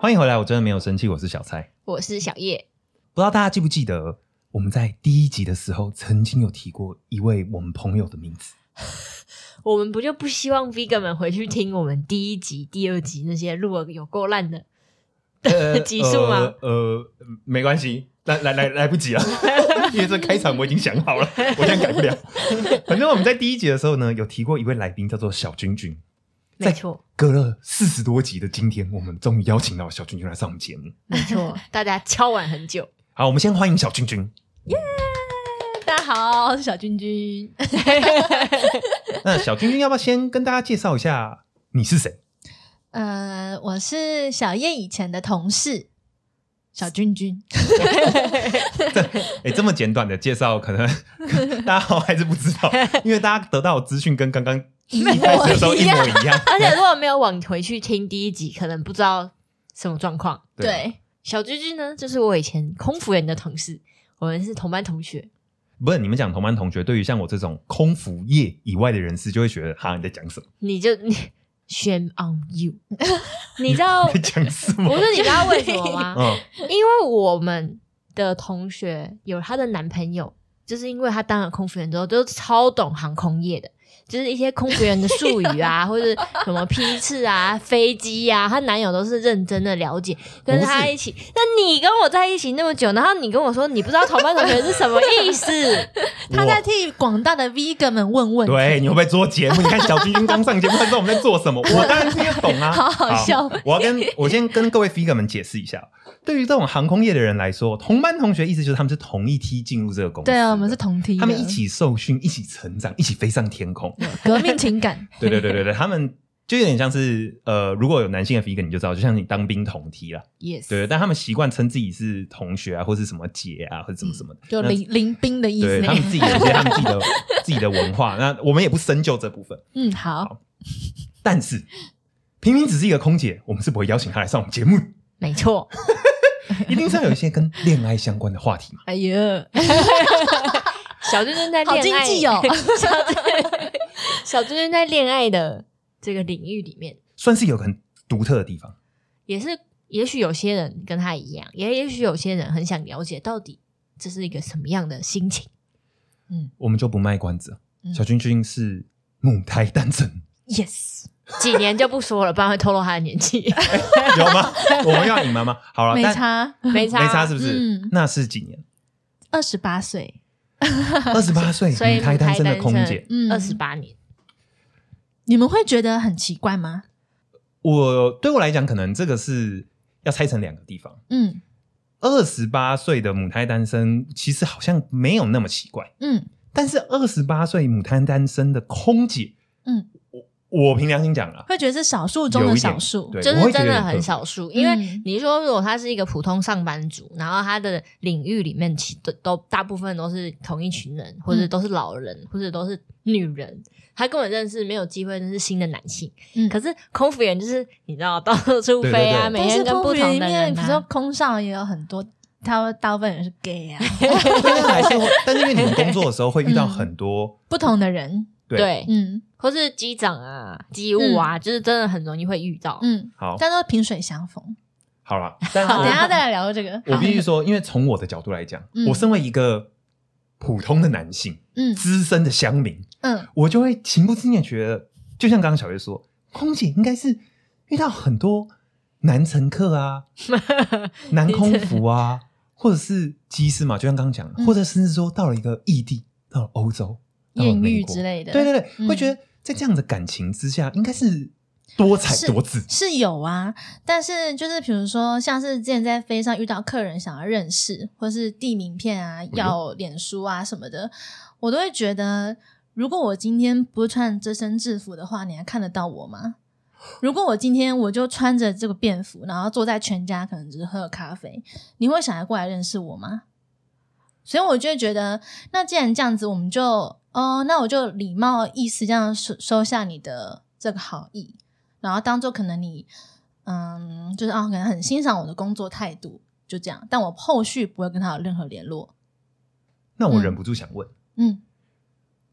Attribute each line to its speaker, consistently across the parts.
Speaker 1: 欢迎回来，我真的没有生气，我是小蔡。
Speaker 2: 我是小叶，
Speaker 1: 不知道大家记不记得，我们在第一集的时候曾经有提过一位我们朋友的名字。
Speaker 2: 我们不就不希望 Vega 们回去听我们第一集、第二集那些录了有够烂的？
Speaker 1: 呃
Speaker 2: 集数吗
Speaker 1: 呃？呃，没关系，来来来来不 及了，因为这开场我已经想好了，我现在改不了。反正我们在第一集的时候呢，有提过一位来宾叫做小君君。
Speaker 2: 没错，
Speaker 1: 隔了四十多集的今天，我们终于邀请到小君君来上我们节目。
Speaker 2: 没错，大家敲碗很久。
Speaker 1: 好，我们先欢迎小君君。
Speaker 3: 大家好，我是小君君。
Speaker 1: 那小君君要不要先跟大家介绍一下你是谁？
Speaker 3: 呃，我是小叶以前的同事，小君君。
Speaker 1: 哎，这么简短的介绍，可 能大家好还是不知道，因为大家得到的资讯跟刚刚一开始的时候一模 一样。
Speaker 2: 而且如果没有往回去听第一集，可能不知道什么状况。
Speaker 1: 啊
Speaker 3: 对，
Speaker 2: 小居居呢，就是我以前空服员的同事，我们是同班同学。
Speaker 1: 不是你们讲同班同学，对于像我这种空服业以外的人士，就会觉得哈你在讲什 么？
Speaker 2: 你就 你 shame on you，你知道
Speaker 1: 你在讲什
Speaker 2: 不
Speaker 1: 么？
Speaker 2: 是你知道为什么吗？
Speaker 3: 哦
Speaker 1: 嗯，
Speaker 2: 因为我们的同学有她的男朋友，就是因为她当了空服员之后，都超懂航空业的，就是一些空服员的术语 啊，或者什么批次啊、飞机啊，她男友都是认真的了解，跟
Speaker 1: 不是
Speaker 2: 她一起。那你跟我在一起那么久，然后你跟我说你不知道同班同学是什么意 思？
Speaker 3: 他在
Speaker 1: 我
Speaker 3: 替广大的 Vega 们问问题，
Speaker 1: 嗯对，你会不会做节目？你看小君君刚上节目，他知道我们在做 什么，我当然听得懂啊。
Speaker 3: 好好笑
Speaker 1: 我要跟我先跟各位 figure 们解释一下，对于这种航空业的人来说，同班同学意思就是他们是同一梯进入这个公司，
Speaker 3: 对啊，我们是。同梯的，
Speaker 1: 他们一起受训，一起成长，一起飞上天 空。
Speaker 3: 革命情感。
Speaker 1: 对对对对对，他们就有点像是呃，如果有男性的 figure，你就知道，就像你当兵同梯啦。
Speaker 2: yes，
Speaker 1: 对，但他们习惯称自己是同学啊，或是什么姐啊，或者什么什么 的，
Speaker 3: 就
Speaker 1: 那
Speaker 3: 临临兵的意
Speaker 1: 对
Speaker 3: 思
Speaker 1: 他们自己有一些他们自己的 自己的文化。那我们也不深究这部分，
Speaker 3: 嗯，好，
Speaker 1: 但是平平只是一个空姐，我们是不会邀请她来上我们 节目，
Speaker 2: 没错，
Speaker 1: 一定是要有一些跟恋爱相关的话题嘛。
Speaker 3: 哎呀，
Speaker 2: 小娟娟在
Speaker 3: 好
Speaker 2: 恋
Speaker 3: 经
Speaker 2: 爱
Speaker 3: 济哦
Speaker 2: 小娟 小娟娟在恋爱的这个领域里面。
Speaker 1: 算是有个很独特的地方。
Speaker 2: 也是，也许有些人跟他一样，也也许有些人很想了解到底这是一个什么样的心情。
Speaker 1: 我们就不卖关子了，
Speaker 3: 嗯
Speaker 1: 小君君是母胎单身，
Speaker 3: ，yes，
Speaker 2: 几年就不说了，不然会透露他的年 纪。
Speaker 1: 有吗？我们要隐瞒吗？好了，
Speaker 3: 没
Speaker 1: 但
Speaker 3: 差，
Speaker 2: 没差，
Speaker 1: 没差是不是？
Speaker 3: 嗯
Speaker 1: 那是几年？
Speaker 3: 二十八岁，
Speaker 1: 二十八岁
Speaker 2: 所以
Speaker 1: 母胎嗯单身的空姐，
Speaker 3: 嗯
Speaker 2: 二十八年，
Speaker 3: 你们会觉得很奇怪吗？
Speaker 1: 我对我来讲，可能这个是要拆成两个地方。
Speaker 3: 嗯
Speaker 1: 二十八岁的母胎单身，其实好像没有那么奇怪。
Speaker 3: 嗯
Speaker 1: 但是二十八岁母胎单身的空姐，
Speaker 3: 嗯，
Speaker 1: 我我凭良心讲啊，
Speaker 3: 会觉得是少数中
Speaker 1: 有
Speaker 3: 的
Speaker 1: 一点
Speaker 3: 少数，
Speaker 1: 对，
Speaker 2: 就
Speaker 1: 我
Speaker 2: 是
Speaker 1: 会觉
Speaker 2: 真
Speaker 1: 得有
Speaker 2: 的
Speaker 1: 点
Speaker 2: 很
Speaker 1: 特
Speaker 2: 少数。因为
Speaker 3: 嗯
Speaker 2: 你说，如果他是一个普通上班族，然后他的领域里面其都都大部分都是同一群人，或者
Speaker 3: 嗯
Speaker 2: 都是老人，或者都是女人，他根本认识没有机会认识新的男性。
Speaker 3: 嗯
Speaker 2: 可是空服员就是你知道到处
Speaker 1: 对对
Speaker 2: 飞啊，
Speaker 1: 对
Speaker 2: 每天跟不
Speaker 3: 空服员
Speaker 2: 同
Speaker 3: 里
Speaker 2: 的
Speaker 3: 面
Speaker 2: 人、啊，
Speaker 3: 比如说空少也有很多，他大部分人是 gay 啊，
Speaker 1: 别对啊，还是会，但是因为你们工作的时候会遇到
Speaker 3: 嗯
Speaker 1: 很多
Speaker 3: 不同的人，
Speaker 1: 对
Speaker 2: 对，
Speaker 3: 嗯
Speaker 2: 或是机长啊、机务啊，就是真的很容易会遇到。
Speaker 3: 嗯，
Speaker 1: 好，
Speaker 3: 但都是萍水相逢。
Speaker 1: 好了，但
Speaker 3: 好，
Speaker 1: 我
Speaker 3: 等一下再来聊这个。
Speaker 1: 我
Speaker 3: 好
Speaker 1: 必须说，因为从我的角度来讲，
Speaker 3: 嗯
Speaker 1: 我身为一个普通的男性，
Speaker 3: 嗯
Speaker 1: 资深的乡民，
Speaker 3: 嗯，
Speaker 1: 我就会情不自禁地觉得，就像刚刚小月说，空姐应该是遇到很多男乘客 啊、
Speaker 3: 嗯
Speaker 1: 男空服啊，或者是机师嘛，就像刚刚讲的，
Speaker 3: 嗯
Speaker 1: 或者甚至说到了一个异地，到了欧洲，到了
Speaker 3: 艳
Speaker 1: 美
Speaker 3: 遇
Speaker 1: 国
Speaker 3: 之类的，
Speaker 1: 对对对，
Speaker 3: 嗯
Speaker 1: 会觉得在这样的感情之下，应该是多彩
Speaker 3: 是
Speaker 1: 多姿。
Speaker 3: 是有啊，但是就是比如说，像是之前在飞上遇到客人想要认识，或是递名片啊、要脸书啊什么的，我都会觉得，如果我今天不穿这身制服的话，你还看得到我吗？如果我今天我就穿着这个便服，然后坐在全家，可能只是喝个咖啡，你会想要过来认识我吗？所以我就会觉得，那既然这样子，我们就哦，那我就礼貌意思这样收收下你的这个好意，然后当做可能你嗯，就是啊，可能很欣赏我的工作态度，就这样。但我后续不会跟他有任何联络。
Speaker 1: 那我忍不住想问，
Speaker 3: 嗯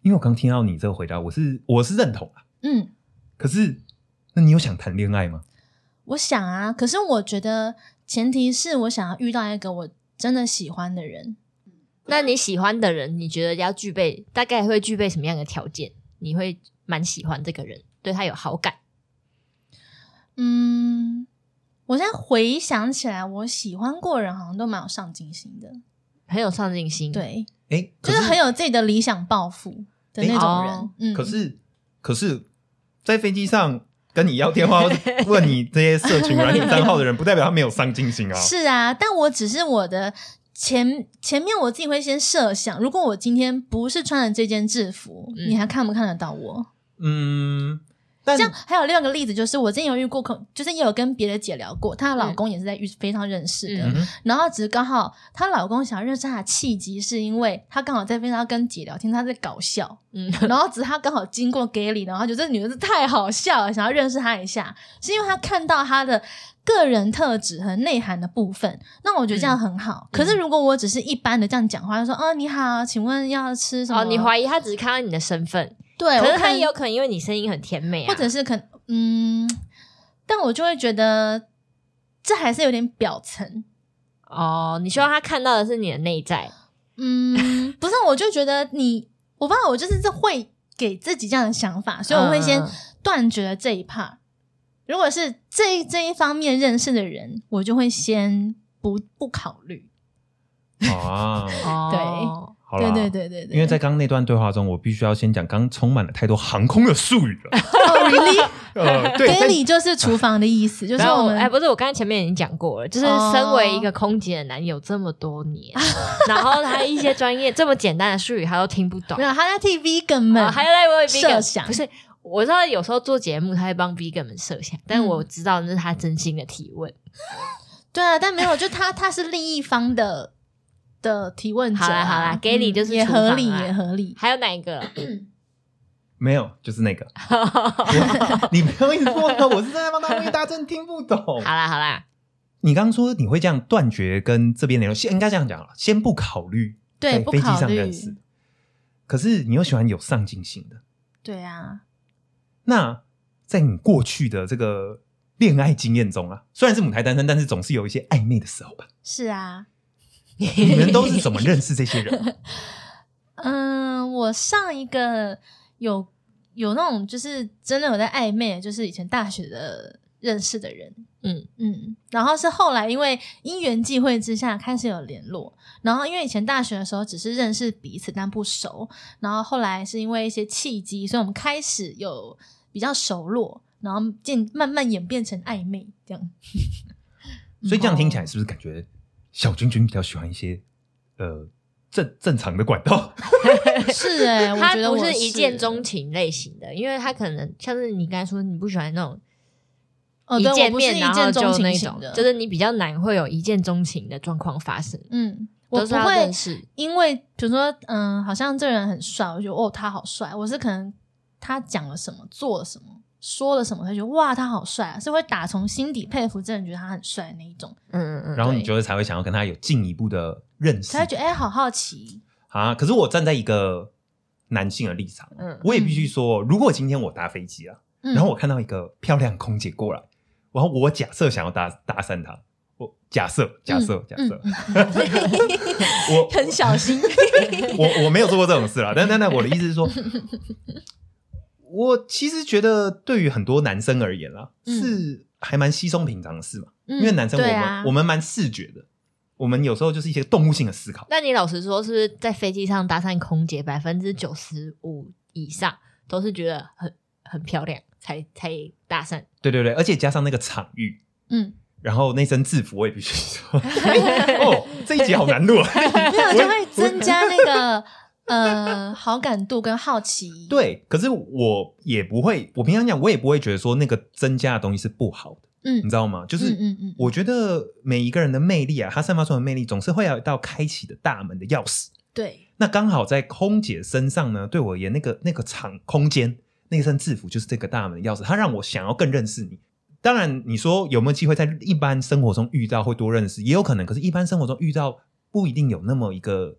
Speaker 1: 因为我刚听到你这个回答，我是我是认同啊，
Speaker 3: 嗯，
Speaker 1: 可是那你有想谈恋爱吗？
Speaker 3: 我想啊，可是我觉得前提是我想要遇到一个我真的喜欢的人。
Speaker 2: 那你喜欢的人，你觉得要具备大概会具备什么样的条件？你会蛮喜欢这个人，对他有好感？
Speaker 3: 嗯，我现在回想起来，我喜欢过的人好像都蛮有上进心的，
Speaker 2: 很有上进心，，
Speaker 3: 对，
Speaker 1: 哎，可
Speaker 3: 就是很有自己的理想抱负的那种人。
Speaker 2: 诶哦
Speaker 3: 嗯，
Speaker 1: 可是可是在飞机上跟你要电 话，问你这些社群软体账号的人，不代表他没有上进心啊。
Speaker 3: 是啊，但我只是我的前前面我自己会先设想，如果我今天不是穿了这件制服，
Speaker 2: 嗯
Speaker 3: 你还看不看得到我？
Speaker 1: 嗯，但
Speaker 3: 这样还有另外一个例子，就是我之前有遇过，可就是也有跟别的姐聊过，她的老公也是在遇非常认识的，
Speaker 1: 嗯哼
Speaker 3: 然后只是刚好她老公想要认识她的契机，是因为她刚好在非常跟姐聊天，她在搞笑，
Speaker 2: 嗯，
Speaker 3: 然后只是她刚好经过 Gally，然后她觉得这女的是太好笑了，想要认识她一下，是因为她看到她的个人特质和内涵的部分。那我觉得这样很好。
Speaker 2: 嗯
Speaker 3: 可是如果我只是一般的这样讲话，就说哦你好，请问要吃什么？
Speaker 2: 哦，你怀疑他只是看到你的身份，
Speaker 3: 对，
Speaker 2: 可
Speaker 3: 我
Speaker 2: 是他
Speaker 3: 能
Speaker 2: 也有可能因为你声音很甜美啊，
Speaker 3: 或者是可能嗯，但我就会觉得这还是有点表层。
Speaker 2: 哦，你希望他看到的是你的内在，
Speaker 3: 嗯，不是，我就觉得你，我不知道，我就是这会给自己这样的想法，所以我会先
Speaker 2: 嗯
Speaker 3: 断绝了这一 part。如果是这这一方面认识的人，我就会先不不考虑。
Speaker 1: 啊，
Speaker 2: 哦，
Speaker 1: 好
Speaker 3: 对
Speaker 1: 啦，
Speaker 3: 对对对对，
Speaker 1: 因为在刚刚那段对话中，我必须要先讲，刚刚充满了太多航空的术语 了。
Speaker 3: 哦 really
Speaker 1: 呃，对，但
Speaker 3: galley 就是厨房的意思，就是
Speaker 2: 然
Speaker 3: 我
Speaker 2: 后，
Speaker 3: 们
Speaker 2: 哎，不是，我刚才前面已经讲过了，就是
Speaker 3: 哦
Speaker 2: 身为一个空姐的男友这么多 年，然后他一些专业这么简单的术语他都听不懂
Speaker 3: 没，有他在替 vegan 们，
Speaker 2: 哦还在为 v
Speaker 3: 设
Speaker 2: e
Speaker 3: 想
Speaker 2: 不是。我知道有时候做节目，他会帮 vegan 们设想，但
Speaker 3: 嗯
Speaker 2: 我知道那是他真心的提问。
Speaker 3: 对啊，但没有，就他他是另一方的的提问者啊、
Speaker 2: 好啦好啦
Speaker 3: 嗯
Speaker 2: galley 就是
Speaker 3: 也
Speaker 2: 厨房啊
Speaker 3: 合理也合理。
Speaker 2: 还有哪一 个？
Speaker 1: 没有，就是 那个，我你不要一直说了，我是在帮他问，大家真的听不懂。
Speaker 2: 好啦好啦，
Speaker 1: 你刚刚说你会这样断绝跟这边联络，先应该这样讲了，先不考虑
Speaker 3: 对
Speaker 1: 在
Speaker 3: 不
Speaker 1: 飞机
Speaker 3: 考
Speaker 1: 上
Speaker 3: 虑
Speaker 1: 认识，可是你又喜欢有上进心的，
Speaker 3: 对啊，
Speaker 1: 那在你过去的这个恋爱经验中啊，虽然是母胎单身，但是总是有一些暧昧的时候 吧。
Speaker 3: 是啊，
Speaker 1: 你们 都是怎么认识这些人？
Speaker 3: 嗯，我上一个有有那种就是真的有在暧昧，就是以前大学的认识的人，
Speaker 2: 嗯
Speaker 3: 嗯，然后是后来因为因缘际会之下开始有联络，然后因为以前大学的时候只是认识彼此但不熟，然后后来是因为一些契机，所以我们开始有比较熟络，然后渐慢慢演变成暧昧这样。
Speaker 1: 所以这样听起
Speaker 3: 哦
Speaker 1: 来是不是感觉小君君比较喜欢一些呃正正常的管道？
Speaker 3: 是哎、我
Speaker 2: 他
Speaker 3: 觉得
Speaker 2: 不
Speaker 3: 我
Speaker 2: 是一见钟情类型的，因为他可能像是你刚才说，你不喜欢那种
Speaker 3: 哦，
Speaker 2: 一
Speaker 3: 对，
Speaker 2: 见
Speaker 3: 我不是
Speaker 2: 面
Speaker 3: 一
Speaker 2: 然后
Speaker 3: 见
Speaker 2: 就
Speaker 3: 钟情
Speaker 2: 那
Speaker 3: 型
Speaker 2: 种
Speaker 3: 的，，
Speaker 2: 就是你比较难会有一见钟情的状况发生，
Speaker 3: 嗯，我
Speaker 2: 都是
Speaker 3: 不
Speaker 2: 要
Speaker 3: 会
Speaker 2: 认识。
Speaker 3: 因为比如说，嗯，好像这个人很帅，我觉得哦，他好帅。我是可能他讲了什么，做了什么，说了什么，他觉得哇，他好帅、啊，是会打从心底佩服这个人，觉得他很帅的那一种，
Speaker 2: 嗯嗯嗯，
Speaker 1: 然后你就会才会想要跟他有进一步的认识
Speaker 3: 才会觉得哎、好好奇。
Speaker 1: 啊。可是我站在一个男性的立场，
Speaker 2: 嗯
Speaker 1: 我也必须说，如果今天我搭飞机啊，
Speaker 3: 嗯、
Speaker 1: 然后我看到一个漂亮空姐过来，然后我假设想要搭搭讪她，我假设假设假设，
Speaker 3: 嗯
Speaker 1: 我
Speaker 3: 很小心，
Speaker 1: 我我没有做过这种事啦，但但但我的意思是说，我其实觉得对于很多男生而言啦，
Speaker 3: 嗯
Speaker 1: 是还蛮稀松平常的事嘛，
Speaker 3: 因
Speaker 1: 因为男生我
Speaker 3: 对
Speaker 1: 们、
Speaker 3: 啊、
Speaker 1: 我们蛮视觉的，我们有时候就是一些动物性的思考。
Speaker 2: 那你老实说，是不是在飞机上搭讪空姐，百分之九十五以上都是觉得很很漂亮才才搭讪？
Speaker 1: 对对对，而且加上那个场域，
Speaker 3: 嗯，
Speaker 1: 然后那身制服，我也必须说， 哦，这一集好难录啊。
Speaker 3: 没有就会增加那个呃好感度跟好奇。，
Speaker 1: 对，可是我也不会，我平常讲我也不会觉得说那个增加的东西是不好的，
Speaker 3: 嗯
Speaker 1: 你知道吗？就是
Speaker 3: 嗯嗯嗯，
Speaker 1: 我觉得每一个人的魅力啊，他散发出来的魅力总是会有一道开启的大门的钥匙。
Speaker 3: 对，
Speaker 1: 那刚好在空姐身上呢，对我而言，那个那个场空间那身制服就是这个大门的钥匙，它让我想要更认识你。当然，你说有没有机会在一般生活中遇到会多认识，也有可能。可是，一般生活中遇到不一定有那么一个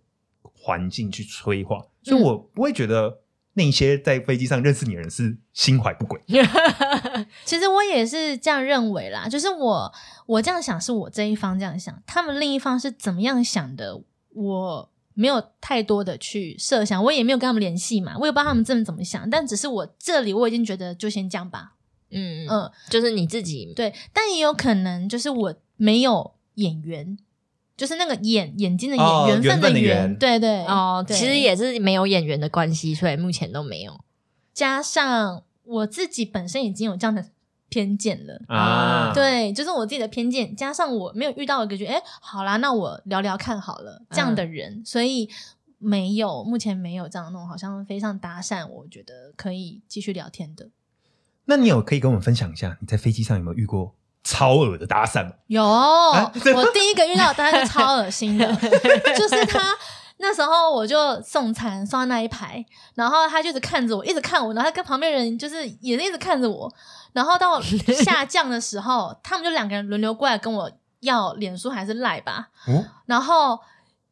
Speaker 1: 环境去催化，所以我不会觉得那些在飞机上认识你的人是心怀不轨。
Speaker 3: 其实我也是这样认为啦，就是我我这样想是我这一方这样想，他们另一方是怎么样想的，我没有太多的去设想，我也没有跟他们联系嘛，我也不知道他们真的怎么想，但只是我这里我已经觉得就先这样吧，
Speaker 2: 嗯嗯，
Speaker 3: 嗯，
Speaker 2: 就是你自己，
Speaker 3: 对，但也有可能就是我没有眼缘，就是那个眼眼睛的眼，
Speaker 1: 哦
Speaker 3: 缘
Speaker 1: 缘
Speaker 3: 分
Speaker 1: 分的
Speaker 3: 缘，
Speaker 1: 缘
Speaker 3: 对对
Speaker 2: 哦，
Speaker 3: 对
Speaker 2: 其实也是没有演员的关系，所以目前都没有。
Speaker 3: 加上我自己本身已经有这样的偏见了。
Speaker 1: 啊，
Speaker 3: 对，就是我自己的偏见，加上我没有遇到一个觉得，哎，好啦，那我聊聊看好了这样的人，所以没有，目前没有这样弄，好像非常搭讪，我觉得可以继续聊天的。
Speaker 1: 那你有可以跟我们分享一下，你在飞机上有没有遇过超恶的搭讪吗？
Speaker 3: 有，我第一个遇到的当然是超恶心的，就是他那时候我就送餐送到那一排，然后他就一直看着我，一直看我，然后他跟旁边人就是也是一直看着我，然后到下降的时候，他们就两个人轮流过来跟我要脸书还是赖吧，
Speaker 1: 哦，
Speaker 3: 然后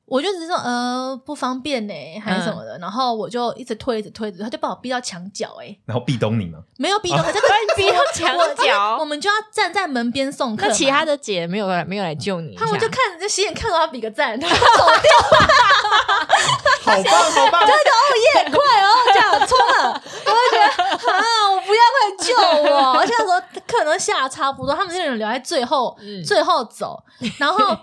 Speaker 3: 我就只是说呃不方便呢、还是什么的，
Speaker 2: 嗯
Speaker 3: 然后我就一直推一直推，他就把我逼到墙角哎、
Speaker 1: 然后壁咚你吗？
Speaker 3: 没有逼到，他就
Speaker 2: 哦 逼到墙
Speaker 3: 我
Speaker 2: 角
Speaker 3: 我们就要站在门边送客嘛，
Speaker 2: 那其他的姐没有来，没有来救你一下，
Speaker 3: 他们就 看着，就斜眼看着他比个赞，然后走掉，
Speaker 1: 好棒，好棒！
Speaker 3: 也快哦，这样冲了，我就觉得啊，我不要快救我！而且那时候可能下得差不多，他们那种留在最后、
Speaker 2: 嗯
Speaker 3: 最后走，然后。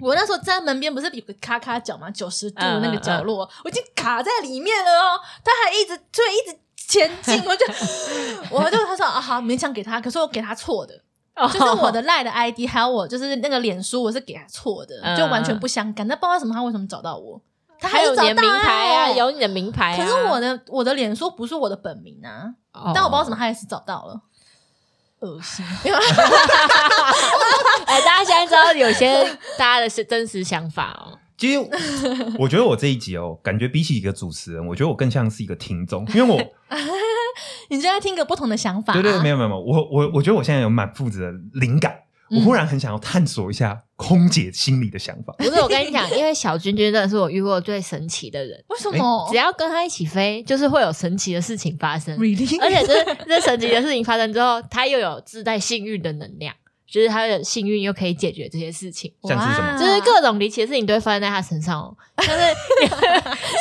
Speaker 3: 我那时候站在门边，不是有个咔咔角嘛，九十度
Speaker 2: 嗯嗯
Speaker 3: 那个角落，我已经卡在里面了哦。他还一直推，一直前进，我就， 我就他说啊好，勉强给他，可是我给他错的，就是我
Speaker 2: 哦
Speaker 3: 的赖的 ID，还有我就是那个脸书，我是给他错的，
Speaker 2: 嗯
Speaker 3: 就完全不相干。那不知道为什么他为什么找到我，他
Speaker 2: 还
Speaker 3: 是
Speaker 2: 有
Speaker 3: 找
Speaker 2: 你的
Speaker 3: 到
Speaker 2: 名牌啊，
Speaker 3: 欸
Speaker 2: 有你的名牌啊。
Speaker 3: 可是我的我的脸书不是我的本名啊，
Speaker 2: 哦，
Speaker 3: 但我不知道怎么他也是找到了，恶心。 啊
Speaker 2: 哎，大家现在知道有些大家的是真实想法 哦。
Speaker 1: 其 实我觉得我这一集哦，感觉比起一个主持人，我觉得我更像是一个听众，因为 我
Speaker 3: 你就在听个不同的想法、啊，
Speaker 1: 对对，没有没有没有，我
Speaker 2: 嗯
Speaker 1: 我我觉得我现在有满腹子的灵感，我忽然很想要探索一下空姐心里的想 法。
Speaker 2: 不是，我跟你讲，因为小君君真的是我遇过最神奇的人，
Speaker 3: 为什
Speaker 1: 哎
Speaker 3: 么
Speaker 2: 只？要跟他一起飞，就是会有神奇的事情发生。
Speaker 3: Really？
Speaker 2: 而且这这神奇的事情发生之后，他又有自带幸运的能量，就是他的幸运又可以解决这些事情。
Speaker 1: 像是什么
Speaker 3: 哇
Speaker 2: 就是各种离奇的事情都会发生在他身上哦，就是 所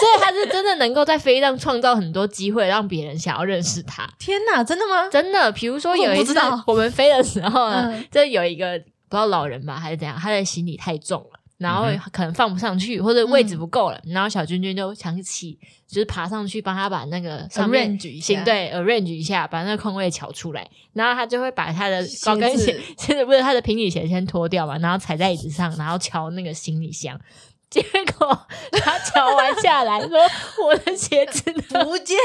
Speaker 2: 以他是真的能够在飞机上创造很多机会，让别人想要认识他。
Speaker 3: 天哪，真的吗？
Speaker 2: 真的，比如说有一次
Speaker 3: 我怎么不知道
Speaker 2: 我们飞的时候呢，
Speaker 3: 嗯
Speaker 2: 就有一个不知道老人吧还是怎样，他的行李太重了。然后
Speaker 1: 嗯
Speaker 2: 可能放不上去，或者位置不够了，然后小君君就想起，就是爬上去帮他把那个上面
Speaker 3: Arrange 一下
Speaker 2: 行对 arrange 一下，把那个空位瞧出来，然后他就会把他 的
Speaker 3: 鞋
Speaker 2: 高跟
Speaker 3: 子
Speaker 2: 鞋，甚至不是他的平底鞋先脱掉嘛，然后踩在椅子上，然后敲那个行李箱，结果他敲完下来 说：“我的鞋子呢？”
Speaker 3: 不见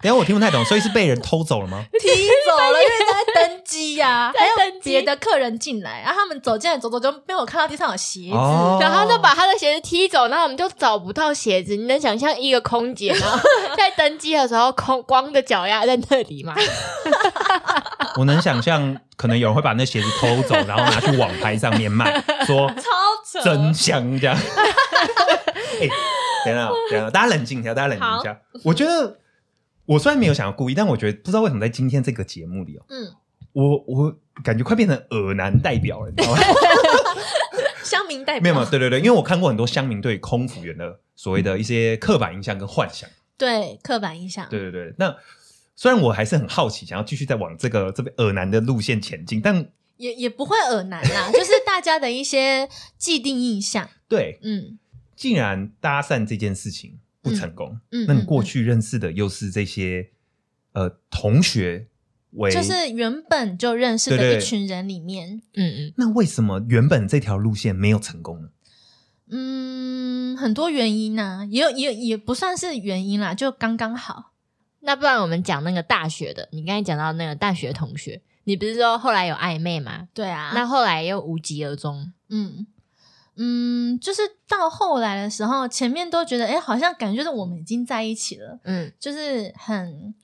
Speaker 1: 等一下我听不太懂，所以是被人偷走了 吗？
Speaker 3: 踢走了，因为在登机呀、
Speaker 2: 在
Speaker 3: 还有
Speaker 2: 登机
Speaker 3: 别的客人进来，啊然、后他们走进来走走就被我看到地上有鞋子，
Speaker 1: 哦
Speaker 2: 然后就把他的鞋子踢走，然后我们就找不到鞋子。你能想象一个空姐，然后在登机的时候空光着脚丫在那里 吗？
Speaker 1: 我能想象，可能有人会把那鞋子偷走，然后拿去网拍上面卖，说
Speaker 3: 超扯，
Speaker 1: 真香这 样。哎，等一下，等一下，大家冷静一下，大家冷静一下。我觉得我虽然没有想要故意，但我觉得不知道为什么在今天这个节目里哦，
Speaker 3: 嗯，
Speaker 1: 我我感觉快变成耳男代表了，你知 道吗？
Speaker 3: 乡民代
Speaker 1: 没
Speaker 3: 表
Speaker 1: 有，没有，对对对，因为我看过很多乡民对空服员的所谓的一些刻板印象跟幻想。
Speaker 3: 嗯对刻板印象，
Speaker 1: 对对对，那虽然我还是很好奇，想要继续再往这个这边耳男的路线前进，但
Speaker 3: 也也不会耳难 啦，就是大家的一些既定印象，
Speaker 1: 对，
Speaker 3: 嗯
Speaker 1: 既然搭讪这件事情不成功，
Speaker 3: 嗯，
Speaker 1: 那你过
Speaker 3: 嗯
Speaker 1: 去认识的又是这些呃同学为，
Speaker 3: 就是原本就认识
Speaker 1: 对
Speaker 3: 的
Speaker 1: 对
Speaker 3: 一群人里面，
Speaker 2: 嗯嗯，
Speaker 1: 那为什么原本这条路线没有成 功呢？
Speaker 3: 嗯，很多原因呐、也有也有也不算是原因啦，就刚刚好。
Speaker 2: 那不然我们讲那个大学的，你刚才讲到那个大学同学，你不是说后来有暧昧吗？
Speaker 3: 对啊，
Speaker 2: 那后来又无疾而终，
Speaker 3: 嗯嗯，就是到后来的时候，前面都觉得哎、诶好像感觉就是我们已经在一起了，
Speaker 2: 嗯，
Speaker 3: 就是很。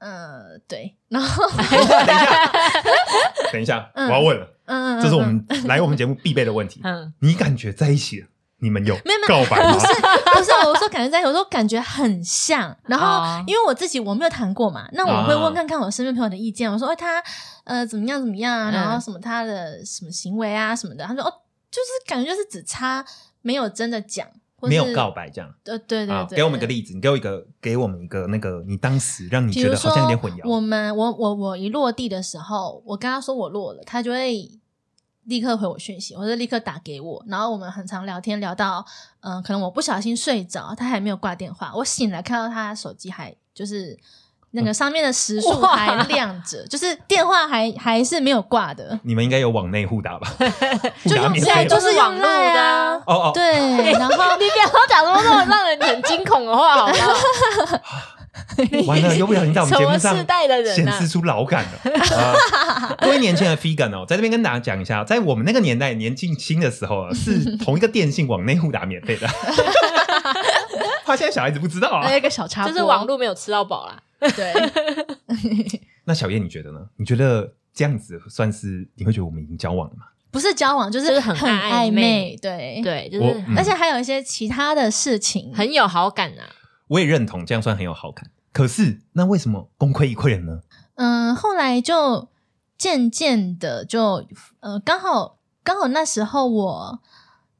Speaker 3: 呃，对，然后，
Speaker 1: 等一下，
Speaker 3: 嗯
Speaker 1: 我要问了，
Speaker 3: 嗯，嗯
Speaker 1: 这是我，
Speaker 3: 嗯
Speaker 1: 们来我们节目必备的问题。
Speaker 2: 嗯
Speaker 1: 你感觉在一起了，你们有
Speaker 3: 没有没有
Speaker 1: 告白吗
Speaker 3: 不？是 不是，我说感觉在一起，我说感觉很像。然后
Speaker 2: 哦
Speaker 3: 因为我自己我没有谈过嘛，那我会问看看我身边朋友的意见。我
Speaker 1: 哦
Speaker 3: 说，哎，他呃怎么样怎么样啊，
Speaker 2: 嗯
Speaker 3: 然后什么他的什么行为啊什么的。他说，哦，就是感觉就是只差没有真的讲，或
Speaker 1: 没
Speaker 3: 是
Speaker 1: 有告。白这样。
Speaker 3: 呃，对对
Speaker 1: 啊，
Speaker 3: 对，
Speaker 1: 给我们一个例子，你给我一个，给我们一个那个，你当时让你
Speaker 3: 比
Speaker 1: 觉
Speaker 3: 如
Speaker 1: 得
Speaker 3: 说
Speaker 1: 好像有点混淆。
Speaker 3: 我们我我我一落地的时候，我跟他说我落了，他就会立刻回我讯息，或者立刻打给我。然后我们很常聊天，聊到嗯、呃可能我不小心睡着，他还没有挂电话，我醒来看到他手机还就是。那
Speaker 1: 嗯
Speaker 3: 个上面的时数
Speaker 2: 哇
Speaker 3: 还亮着，就是电话还还是没有 挂的，
Speaker 1: 你们应该有往内互打 吧？互
Speaker 3: 就
Speaker 1: 打
Speaker 3: 用
Speaker 1: 免
Speaker 3: 现在
Speaker 1: 费
Speaker 3: 就
Speaker 1: 吧
Speaker 3: 是
Speaker 2: 网络
Speaker 3: 用
Speaker 2: 的
Speaker 3: 赖
Speaker 2: 啊
Speaker 3: 啊，
Speaker 1: 哦哦，
Speaker 3: 对，然后
Speaker 2: 你不要讲什么那种让人很惊恐的话，好不好？
Speaker 1: 完了，又不小心在我们
Speaker 2: 什
Speaker 1: 节
Speaker 2: 么
Speaker 1: 目
Speaker 2: 世
Speaker 1: 上
Speaker 2: 代的人
Speaker 1: 显
Speaker 2: 啊
Speaker 1: 示？出老感了。啊各位年轻人的 vegan 哦，在这边跟大家讲一下，在我们那个年代年纪轻的时候啊，是同一个电信往内互打免费的。怕现在小孩子不知道啊
Speaker 3: 还。有一个小插
Speaker 2: 就
Speaker 3: 播，
Speaker 2: 是网络没有吃到饱啦。
Speaker 3: 对，
Speaker 1: 那小叶你觉得呢？你觉得这样子算是你会觉得我们已经交往了吗？
Speaker 3: 不是交往，就
Speaker 2: 就是是很
Speaker 3: 很
Speaker 2: 暧
Speaker 3: 暧
Speaker 2: 昧
Speaker 3: 昧，对
Speaker 2: 对，就
Speaker 1: 我
Speaker 2: 是
Speaker 1: 嗯
Speaker 3: 而且还有一些其他的事情，
Speaker 2: 很有好感啊。
Speaker 1: 我也认同，这样算很有好感。可是那为什么功亏一篑了呢？
Speaker 3: 嗯，后来就渐渐的就呃，刚好刚好那时候我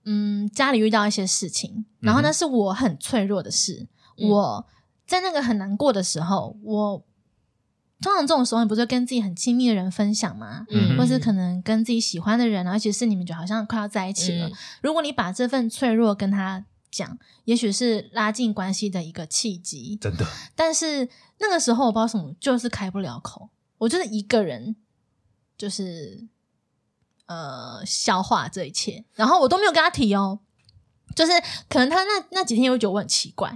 Speaker 3: 嗯家里遇到一些事情，然后
Speaker 1: 嗯哼
Speaker 3: 那是我很脆弱的事，
Speaker 2: 嗯
Speaker 3: 我在那个很难过的时候，我通常这种时候你不是会跟自己很亲密的人分享吗？
Speaker 1: 嗯
Speaker 3: 或是可能跟自己喜欢的人，然后其实是你们就好像快要在一起了，
Speaker 2: 嗯
Speaker 3: 如果你把这份脆弱跟他讲，也许是拉近关系的一个契机。
Speaker 1: 真的，
Speaker 3: 但是那个时候我不知道什么，就是开不了口，我就是一个人，就是呃消化这一切，然后我都没有跟他提哦，就是可能他那那几天有觉得我很奇怪，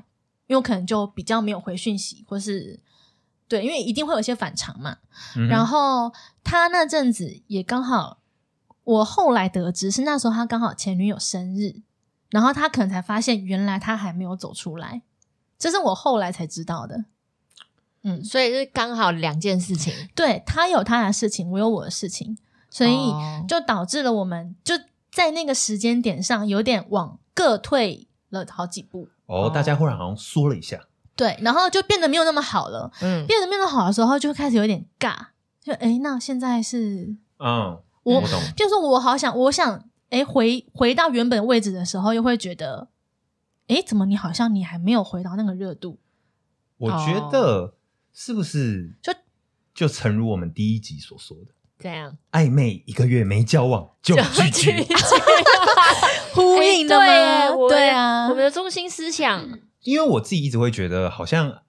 Speaker 3: 因为我可能就比较没有回讯息，或是对，因为一定会有一些反常嘛，
Speaker 1: 嗯哼
Speaker 3: 然后他那阵子也刚好，我后来得知是那时候他刚好前女友生日，然后他可能才发现原来他还没有走出来，这是我后来才知道的。嗯，
Speaker 2: 所以是刚好两件事情，
Speaker 3: 对他有他的事情，我有我的事情，所以
Speaker 2: 哦
Speaker 3: 就导致了我们就在那个时间点上有点往各退了好几步。
Speaker 1: 哦，大家忽然好像缩了一下，
Speaker 3: 对，然后就变得没有那么好了。
Speaker 2: 嗯，
Speaker 3: 变得没有那么好的时候，就开始有点尬。就诶，那现在是
Speaker 1: 嗯，
Speaker 3: 我
Speaker 1: 懂，
Speaker 3: 譬如说我好想，我想，哎，回回到原本位置的时候，又会觉得，哎，怎么你好像你还没有回到那个热度？
Speaker 1: 我觉得是不是
Speaker 3: 就
Speaker 1: 就诚如我们第一集所说的，
Speaker 2: 这样
Speaker 1: 暧昧一个月没交往就拒绝，
Speaker 3: 呼
Speaker 2: 哎
Speaker 3: 应的
Speaker 2: 对
Speaker 3: 吗
Speaker 2: 耶我嗯
Speaker 3: 对啊
Speaker 2: 我们的中心思想，
Speaker 1: 因为我自己一直会觉得好像，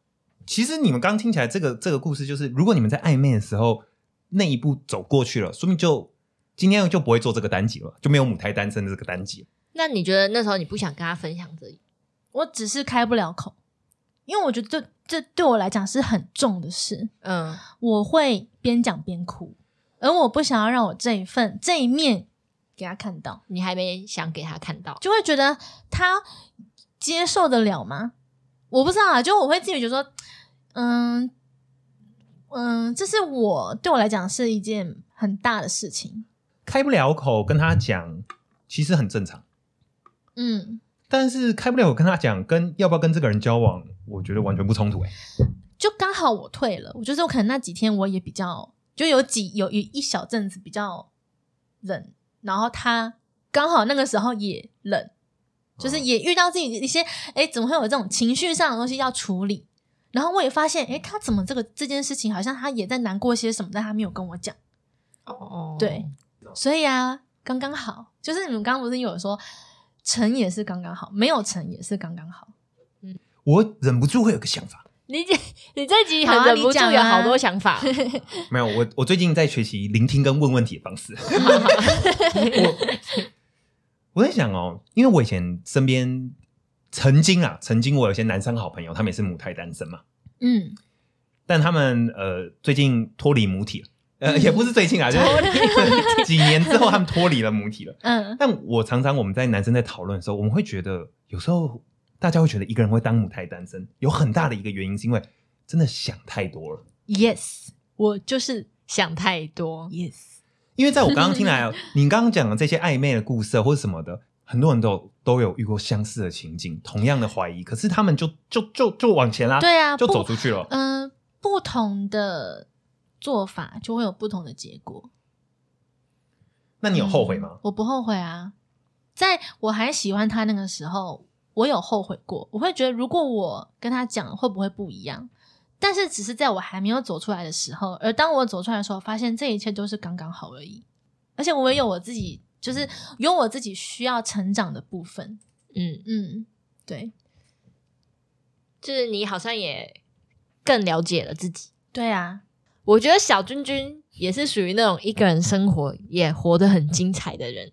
Speaker 1: 其实你们刚听起来这个这个故事就是，如果你们在暧昧的时候那一步走过去了，说明就今天就不会做这个单集了，就没有母胎单身的这个单集了。
Speaker 2: 那你觉得那时候你不想跟他分享这一？
Speaker 3: 我只是开不了口，因为我觉得这这对我来讲是很重的事，
Speaker 2: 嗯，
Speaker 3: 我会边讲边哭，而我不想要让我这一份这一面给他看到，
Speaker 2: 你还没想给他看到，
Speaker 3: 就会觉得他接受得了吗？我不知道啊，就我会自己觉得说，嗯嗯，这是我对我来讲是一件很大的事情。
Speaker 1: 开不了口跟他讲，其实很正常，
Speaker 3: 嗯，
Speaker 1: 但是开不了口跟他讲，跟要不要跟这个人交往，我觉得完全不冲突、欸。
Speaker 3: 就刚好我退了，我就是我可能那几天我也比较，就有几有有一小阵子比较冷，然后他刚好那个时候也冷，就是也遇到自己一些，哎、怎么会有这种情绪上的东西要处理？然后我也发现，哎，他怎么这个这件事情好像他也在难过些什么，但他没有跟我讲。
Speaker 2: 哦
Speaker 3: 对，所以啊，刚刚好，就是你们刚刚不是有说成也是刚刚好，没有成也是刚刚好。
Speaker 1: 我忍不住会有个想法。
Speaker 2: 你这你这集
Speaker 3: 好
Speaker 2: 很
Speaker 3: 啊
Speaker 2: 忍不住
Speaker 3: 你讲啊
Speaker 2: 有好多想法，
Speaker 1: 没有，我我最近在学习聆听跟问问题的方式。我我在想哦，因为我以前身边曾经啊，曾经我有些男生好朋友，他们也是母胎单身嘛，
Speaker 3: 嗯，
Speaker 1: 但他们呃最近脱离母体了，呃也不是最近啊，就是 几年之后他们脱离了母体了。
Speaker 3: 嗯，
Speaker 1: 但我常常我们在男生在讨论的时候，我们会觉得有时候大家会觉得一个人会当母胎单身，有很大的一个原因是因为真的想太多了。
Speaker 3: Yes，我就是
Speaker 2: 想太多，
Speaker 3: Yes。
Speaker 1: 啊 因为在我刚刚听来，你刚刚讲的这些暧昧的故事或者什么的，很多人都有都有遇过相似的情境，同样的怀疑，可是他们就就就就往前啦，
Speaker 3: 对啊
Speaker 1: 就
Speaker 3: 不
Speaker 1: 走出去了。
Speaker 3: 嗯、不同的做法就会有不同的结果。
Speaker 1: 那你有后悔吗
Speaker 3: 嗯？我不后悔啊，在我还喜欢他那个时候，我有后悔过。我会觉得，如果我跟他讲，会不会不一样？但是只是在我还没有走出来的时候，而当我走出来的时候，发现这一切都是刚刚好而已。而且我也有我自己，就是有我自己需要成长的部分。
Speaker 2: 嗯，
Speaker 3: 嗯，对，
Speaker 2: 就是你好像也更了解了自己。
Speaker 3: 对啊，
Speaker 2: 我觉得小君君也是属于那种一个人生活也活得很精彩的人，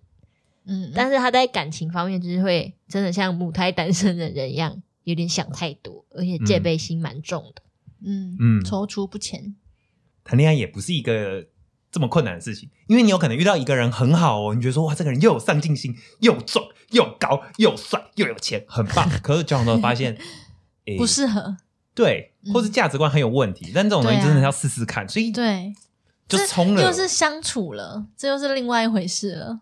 Speaker 3: 嗯，
Speaker 2: 但是他在感情方面就是会真的像母胎单身的人一样，有点想太多，而且戒备心蛮重的。
Speaker 1: 嗯
Speaker 3: 嗯嗯，踌躇不前。
Speaker 1: 谈恋爱也不是一个这么困难的事情，因为你有可能遇到一个人很好哦，你觉得说哇，这个人又有上进心，又壮，又高，又帅，又有钱，很棒。 可是交往之后发现，诶
Speaker 3: 不适合，
Speaker 1: 对，
Speaker 3: 嗯
Speaker 1: 或是价值观很有问题，但这种东西
Speaker 3: 对啊
Speaker 1: 真的要试试看，所以
Speaker 3: 对，
Speaker 1: 就冲了。
Speaker 3: 又是相处了，这又是另外一回事了。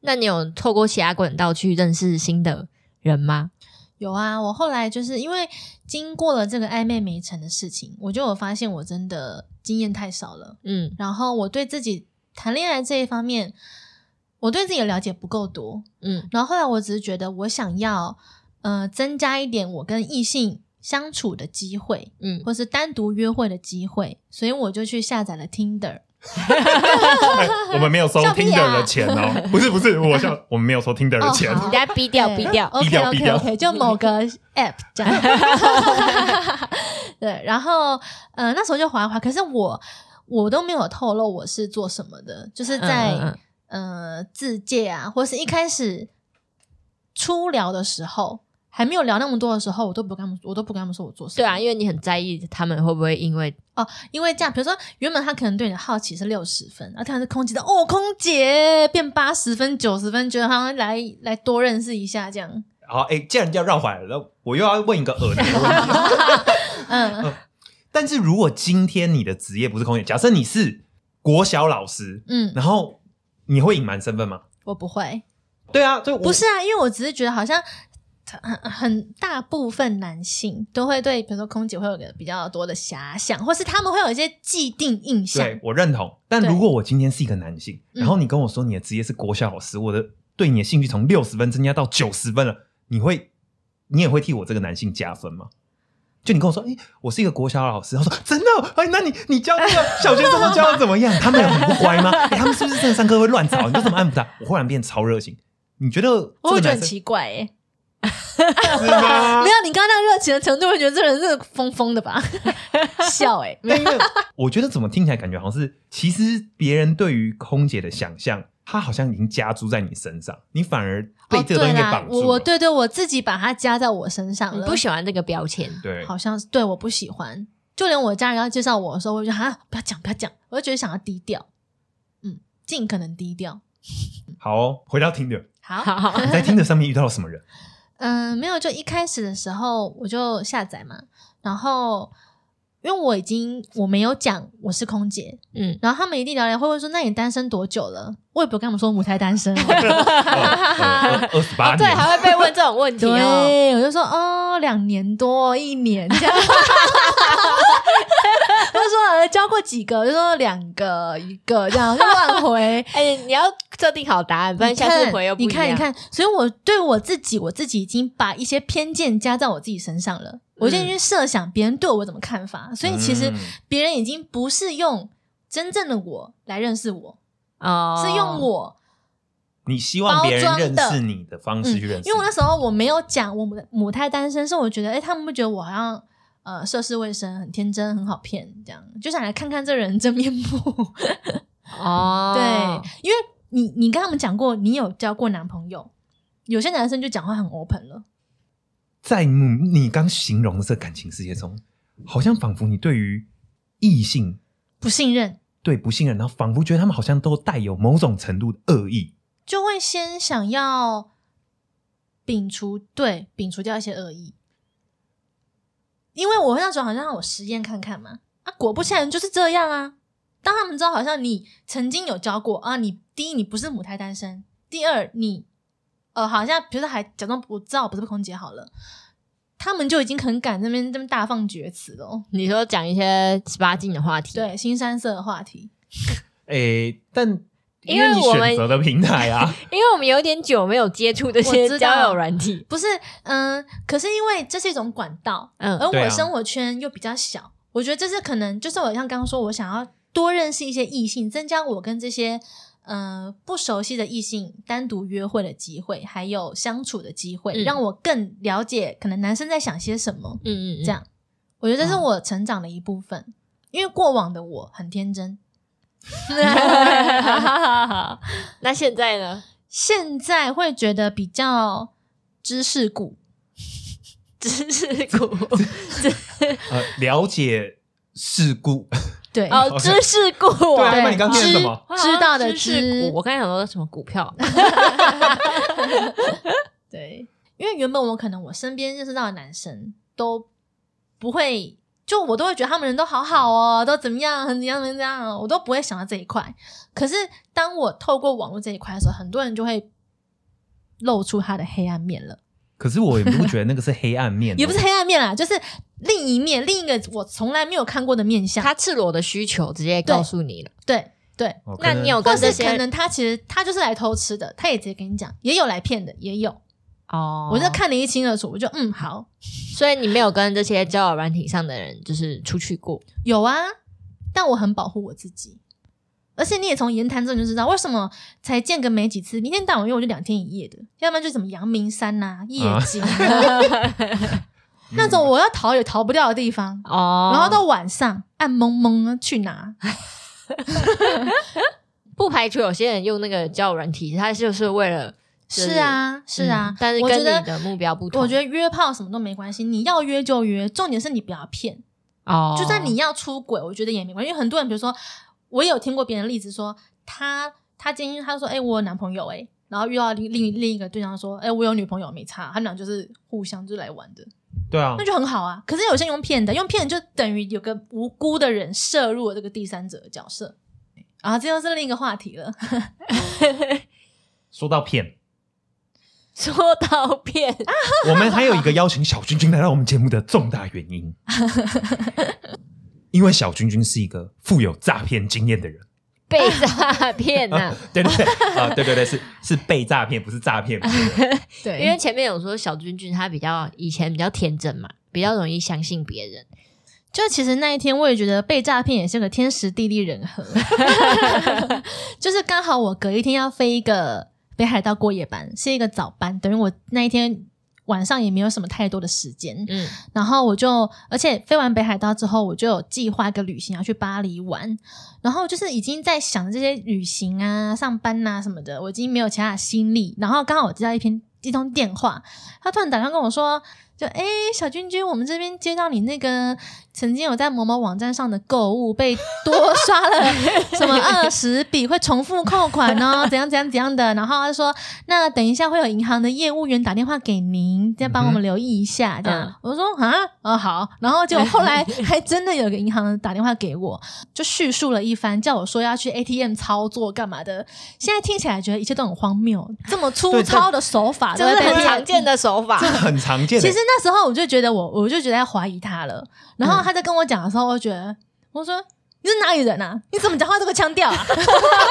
Speaker 2: 那你有透过其他管道去认识新的人吗？
Speaker 3: 有啊，我后来就是因为经过了这个暧昧没成的事情，我就有发现我真的经验太少了，
Speaker 2: 嗯
Speaker 3: 然后我对自己谈恋爱这一方面，我对自己的了解不够多，
Speaker 2: 嗯
Speaker 3: 然后后来我只是觉得我想要呃增加一点我跟异性相处的机会，
Speaker 2: 嗯，
Speaker 3: 或是单独约会的机会，所以我就去下载了 Tinder。
Speaker 1: 我们没有收
Speaker 3: 笑屁啊
Speaker 1: Tinder 的钱哦， 不是不是，我像我们没有收 Tinder 的钱
Speaker 3: 哦，好
Speaker 2: 你再逼掉逼掉，
Speaker 1: 低
Speaker 3: OK
Speaker 1: 调低
Speaker 3: OK
Speaker 1: 调
Speaker 3: OK，就 某个 app 这样。 对，然后呃那时候就滑一滑，可是我我都没有透露我是做什么的，就是在、
Speaker 2: 嗯嗯
Speaker 3: 呃自介啊，或是一开始初聊的时候，还没有聊那么多的时候，我都不跟他们，我都不跟他们说我做什么。
Speaker 2: 对啊，因为你很在意他们会不会因为
Speaker 3: 哦，因为这样，比如说原本他可能对你的好奇是六十分，然后突然是空姐的哦，空姐变八十分、九十分，觉得好像来来多认识一下这样。
Speaker 1: 好，哎，既然要绕回来了，我又要问一个恶男的问题。
Speaker 3: 嗯，
Speaker 1: 但是如果今天你的职业不是空姐，假设你是国小老师，
Speaker 3: 嗯，
Speaker 1: 然后你会隐瞒身份吗？
Speaker 3: 我不会，
Speaker 1: 对啊，就我
Speaker 3: 不是啊，因为我只是觉得好像很很大部分男性都会对，比如说空姐会有个比较多的遐想，或是他们会有一些既定印象。
Speaker 1: 对我认同。但如果我今天是一个男性，
Speaker 3: 嗯
Speaker 1: 然后你跟我说你的职业是国小老师，我的对你的兴趣从六十分增加到九十分了，你会你也会替我这个男性加分吗？就你跟我说，哎、我是一个国小老师，我说真的哦，哎、那你你教那 个小学生都教的怎么 样？他们俩很不乖吗？哎、他们是不是真的上课会乱吵？你都怎么安抚他？我忽然变超热情，你觉得
Speaker 3: 我
Speaker 1: 这
Speaker 3: 会
Speaker 1: 个
Speaker 3: 觉得
Speaker 1: 男
Speaker 3: 很
Speaker 1: 生啊
Speaker 3: 奇怪哎、
Speaker 1: 是吗
Speaker 3: 没？有你刚刚那个热情的程度，会觉得这人是疯疯的吧？,笑哎、
Speaker 1: 但 因为我觉得怎么听起来感觉好像是，其实别人对于空姐的想象，她好像已经加注在你身上，你反而 被
Speaker 3: 哦
Speaker 1: 这个东西
Speaker 3: 对
Speaker 1: 给
Speaker 3: 啦
Speaker 1: 绑，住
Speaker 3: 我
Speaker 1: 了。
Speaker 3: 我对对我自己把它加在我身上
Speaker 2: 你
Speaker 3: 了，
Speaker 2: 不喜欢这个标签，
Speaker 1: 对
Speaker 3: 好像是对我不喜欢，就连我家人要介绍我的时候，我就觉得啊，不要讲不要讲，我就觉得想要低调，嗯，尽可能低调。
Speaker 1: 好哦，回到听的，
Speaker 3: 好，
Speaker 2: 好，
Speaker 1: 你在听的上面遇到了什么人？
Speaker 3: 嗯，没有，就一开始的时候我就下载嘛，然后因为我已经我没有讲我是空姐，
Speaker 2: 嗯，
Speaker 3: 然后他们一定聊聊会问说，那你单身多久了？我也不跟他们说母胎单身、哦。
Speaker 1: 哦二十 八
Speaker 2: 哦对，
Speaker 1: 年，
Speaker 2: 还会被问这种问题哦。。
Speaker 3: 对，我就说哦，两年多，一年这样。我就 说呃交过几个，我就说两个，一个这样，就乱回
Speaker 2: 哎、你要设定好答案，不然
Speaker 3: 你
Speaker 2: 下次
Speaker 3: 看
Speaker 2: 回又不一
Speaker 3: 你看，
Speaker 2: 样
Speaker 3: 你，看，所以我对我自己，我自己已经把一些偏见加在我自己身上
Speaker 2: 嗯
Speaker 3: 了。我就已经设想别人对我怎么看法，所以其实
Speaker 1: 嗯
Speaker 3: 别人已经不是用真正的我来认识我，
Speaker 2: 哦，
Speaker 3: 是用我
Speaker 1: 你希望别人
Speaker 3: 包
Speaker 1: 认
Speaker 3: 装的
Speaker 1: 识你的嗯方式去认识你，
Speaker 3: 因为我那时候我没有讲我母母胎单身，是我觉得，哎、他们会觉得我好像呃涉世未深，很天真，很好骗，这样就想来看看这人真面 目。
Speaker 2: 哦，
Speaker 3: 对，因为你你跟他们讲过，你有交过男朋友，有些男生就讲话很 open 了，
Speaker 1: 在你你刚形容的这个感情世界中，好像仿佛你对于异性
Speaker 3: 不信任，
Speaker 1: 对不信任，然后仿佛觉得他们好像都带有某种程度的恶意。
Speaker 3: 就会先想要摒除对摒除掉一些恶意，因为我那时候好像让我实验看看嘛，啊，果不其然就是这样啊。当他们知道好像你曾经有教过啊，你第一你不是母胎单身，第二你呃，好像比如说还假装我知道我不是空姐好了，他们就已经很敢那边这么大放厥词了哦。
Speaker 2: 你说讲一些十八禁的话题，，
Speaker 3: 对，新三色的话题，
Speaker 1: 诶，但
Speaker 2: 因为
Speaker 1: 你
Speaker 2: 我们
Speaker 1: 选择的平台 啊，
Speaker 2: 因为我们有点久没有接触这
Speaker 3: 我
Speaker 2: 些
Speaker 3: 知道
Speaker 2: 交友软体，
Speaker 3: 不是嗯，可是因为这是一种管道，
Speaker 2: 嗯
Speaker 3: 而
Speaker 1: 对啊
Speaker 3: 我生活圈又比较小，我觉得这是可能就是我像刚刚说，我想要多认识一些异性，增加我跟这些呃不熟悉的异性单独约会的机会，还有相处的机会，
Speaker 2: 嗯
Speaker 3: 让我更了解可能男生在想些什么。
Speaker 2: 嗯嗯，
Speaker 3: 这样我觉得这是我成长的一部分，因为过往的我很天真。嗯
Speaker 2: 那现在 呢？
Speaker 3: 现在会觉得比较知世故，
Speaker 2: 知识股
Speaker 1: 呃，了解事故，
Speaker 3: 对，
Speaker 2: 哦，知识股，
Speaker 1: 对啊，
Speaker 3: 对
Speaker 1: 那你刚
Speaker 2: 哦
Speaker 1: 念什么？
Speaker 2: 我
Speaker 3: 知道的
Speaker 2: 知识
Speaker 3: 知
Speaker 2: 股，我刚才想说什么股 票？
Speaker 3: 对，因为原本我可能我身边认识到的男生都不会，就我都会觉得他们人都好好哦，都怎么样，很怎样怎么样，哦我都不会想到这一块。可是当我透过网络这一块的时候，很多人就会露出他的黑暗面了，
Speaker 1: 可是我也不觉得那个是黑暗面，
Speaker 3: 也不是黑暗面啦，就是另一面，另一个我从来没有看过的面相。
Speaker 2: 他赤裸的需求直接告诉你了。
Speaker 3: 对对，
Speaker 1: 哦。可
Speaker 2: 那
Speaker 1: 能
Speaker 2: 你有
Speaker 3: 或
Speaker 2: 跟这
Speaker 3: 是
Speaker 2: 些
Speaker 3: 可能他其实他就是来偷吃的，他也直接跟你讲，也有来骗的，也有，
Speaker 2: 哦？
Speaker 3: 我就，看得一清二楚，我就嗯好，
Speaker 2: 所以你没有跟这些交友软体上的人就是出去过。
Speaker 3: 有啊，但我很保护我自己。而且你也从言谈中就知道，为什么才见个没几次，一天到晚约我就两天一夜的，要不然就什么阳明山呐、夜景、啊、 那种我要逃也逃不掉的地方，
Speaker 2: 哦，
Speaker 3: 然后到晚上暗蒙蒙啊去哪？
Speaker 2: 不排除有些人用那个交友软体，他就是为了就是
Speaker 3: 是啊，是啊
Speaker 2: 嗯，但是
Speaker 3: 我
Speaker 2: 跟
Speaker 3: 觉得
Speaker 2: 你的目标不同
Speaker 3: 我觉得约炮什么都没关系，你要约就约，重点是你不要骗。
Speaker 2: 哦，
Speaker 3: 就算你要出轨，我觉得也没关系，因为很多人，比如说，我有听过别人的例子说，他他今天他说，哎、我有男朋友、哎，然后遇到另另另一个对象说，哎、我有女朋友，没差，他们俩就是互相就来玩的，
Speaker 1: 对啊
Speaker 3: 那，就很好啊。可是有些人用骗的，用骗就等于有个无辜的人摄入了这个第三者的角色。啊，这又是另一个话题了。
Speaker 1: 说到骗，
Speaker 2: 说到骗，
Speaker 1: 我们还有一个邀请小君君来到我们节目的重大原因， 因为小君君是一个富有诈骗经验的人。
Speaker 2: 被诈骗呐
Speaker 1: 啊，对对对，啊，对对对，是是被诈骗，不是诈骗。
Speaker 3: 对
Speaker 2: 因为前面有说小君君他比较以前比较天真嘛，比较容易相信别人。
Speaker 3: 就其实那一天，我也觉得被诈骗也是个天时地利人和，就是刚好我隔一天要飞一个北海道过夜班，是一个早班，等于我那一天晚上也没有什么太多的时间，
Speaker 2: 嗯，
Speaker 3: 然后我就，而且飞完北海道之后，我就有计划一个旅行要去巴黎玩，然后就是已经在想这些旅行啊、上班呐、什么的，我已经没有其他的心力。然后刚好我接到一篇一通电话，他突然打电话跟我说，就哎、小君君，我们这边接到你那个曾经有在某某网站上的购物被多刷了什么二十笔，会重复扣款哦，怎样怎样怎样的。然后他说，那等一下会有银行的业务员打电话给您，再帮我们留意一下。这样，
Speaker 2: 嗯
Speaker 3: 我说啊，哦好。然后结果后 来还真的有一个银行的打电话给我，就叙述了一番，叫我说要去 ATM 操作干嘛的。现在听起来觉得一切都很荒谬，这么粗
Speaker 1: 对
Speaker 3: 糙的手法都
Speaker 2: 这
Speaker 3: 会
Speaker 2: 是
Speaker 3: 被
Speaker 2: 很
Speaker 3: 骗
Speaker 2: 常见的手法
Speaker 1: 这。个很 常见的。
Speaker 3: 其实那时候我就觉得我，我就觉得在怀疑他了。然
Speaker 1: 嗯
Speaker 3: 后他在跟我讲的时候，我就觉得，我说你是哪里人啊？你怎么讲话这个腔调啊？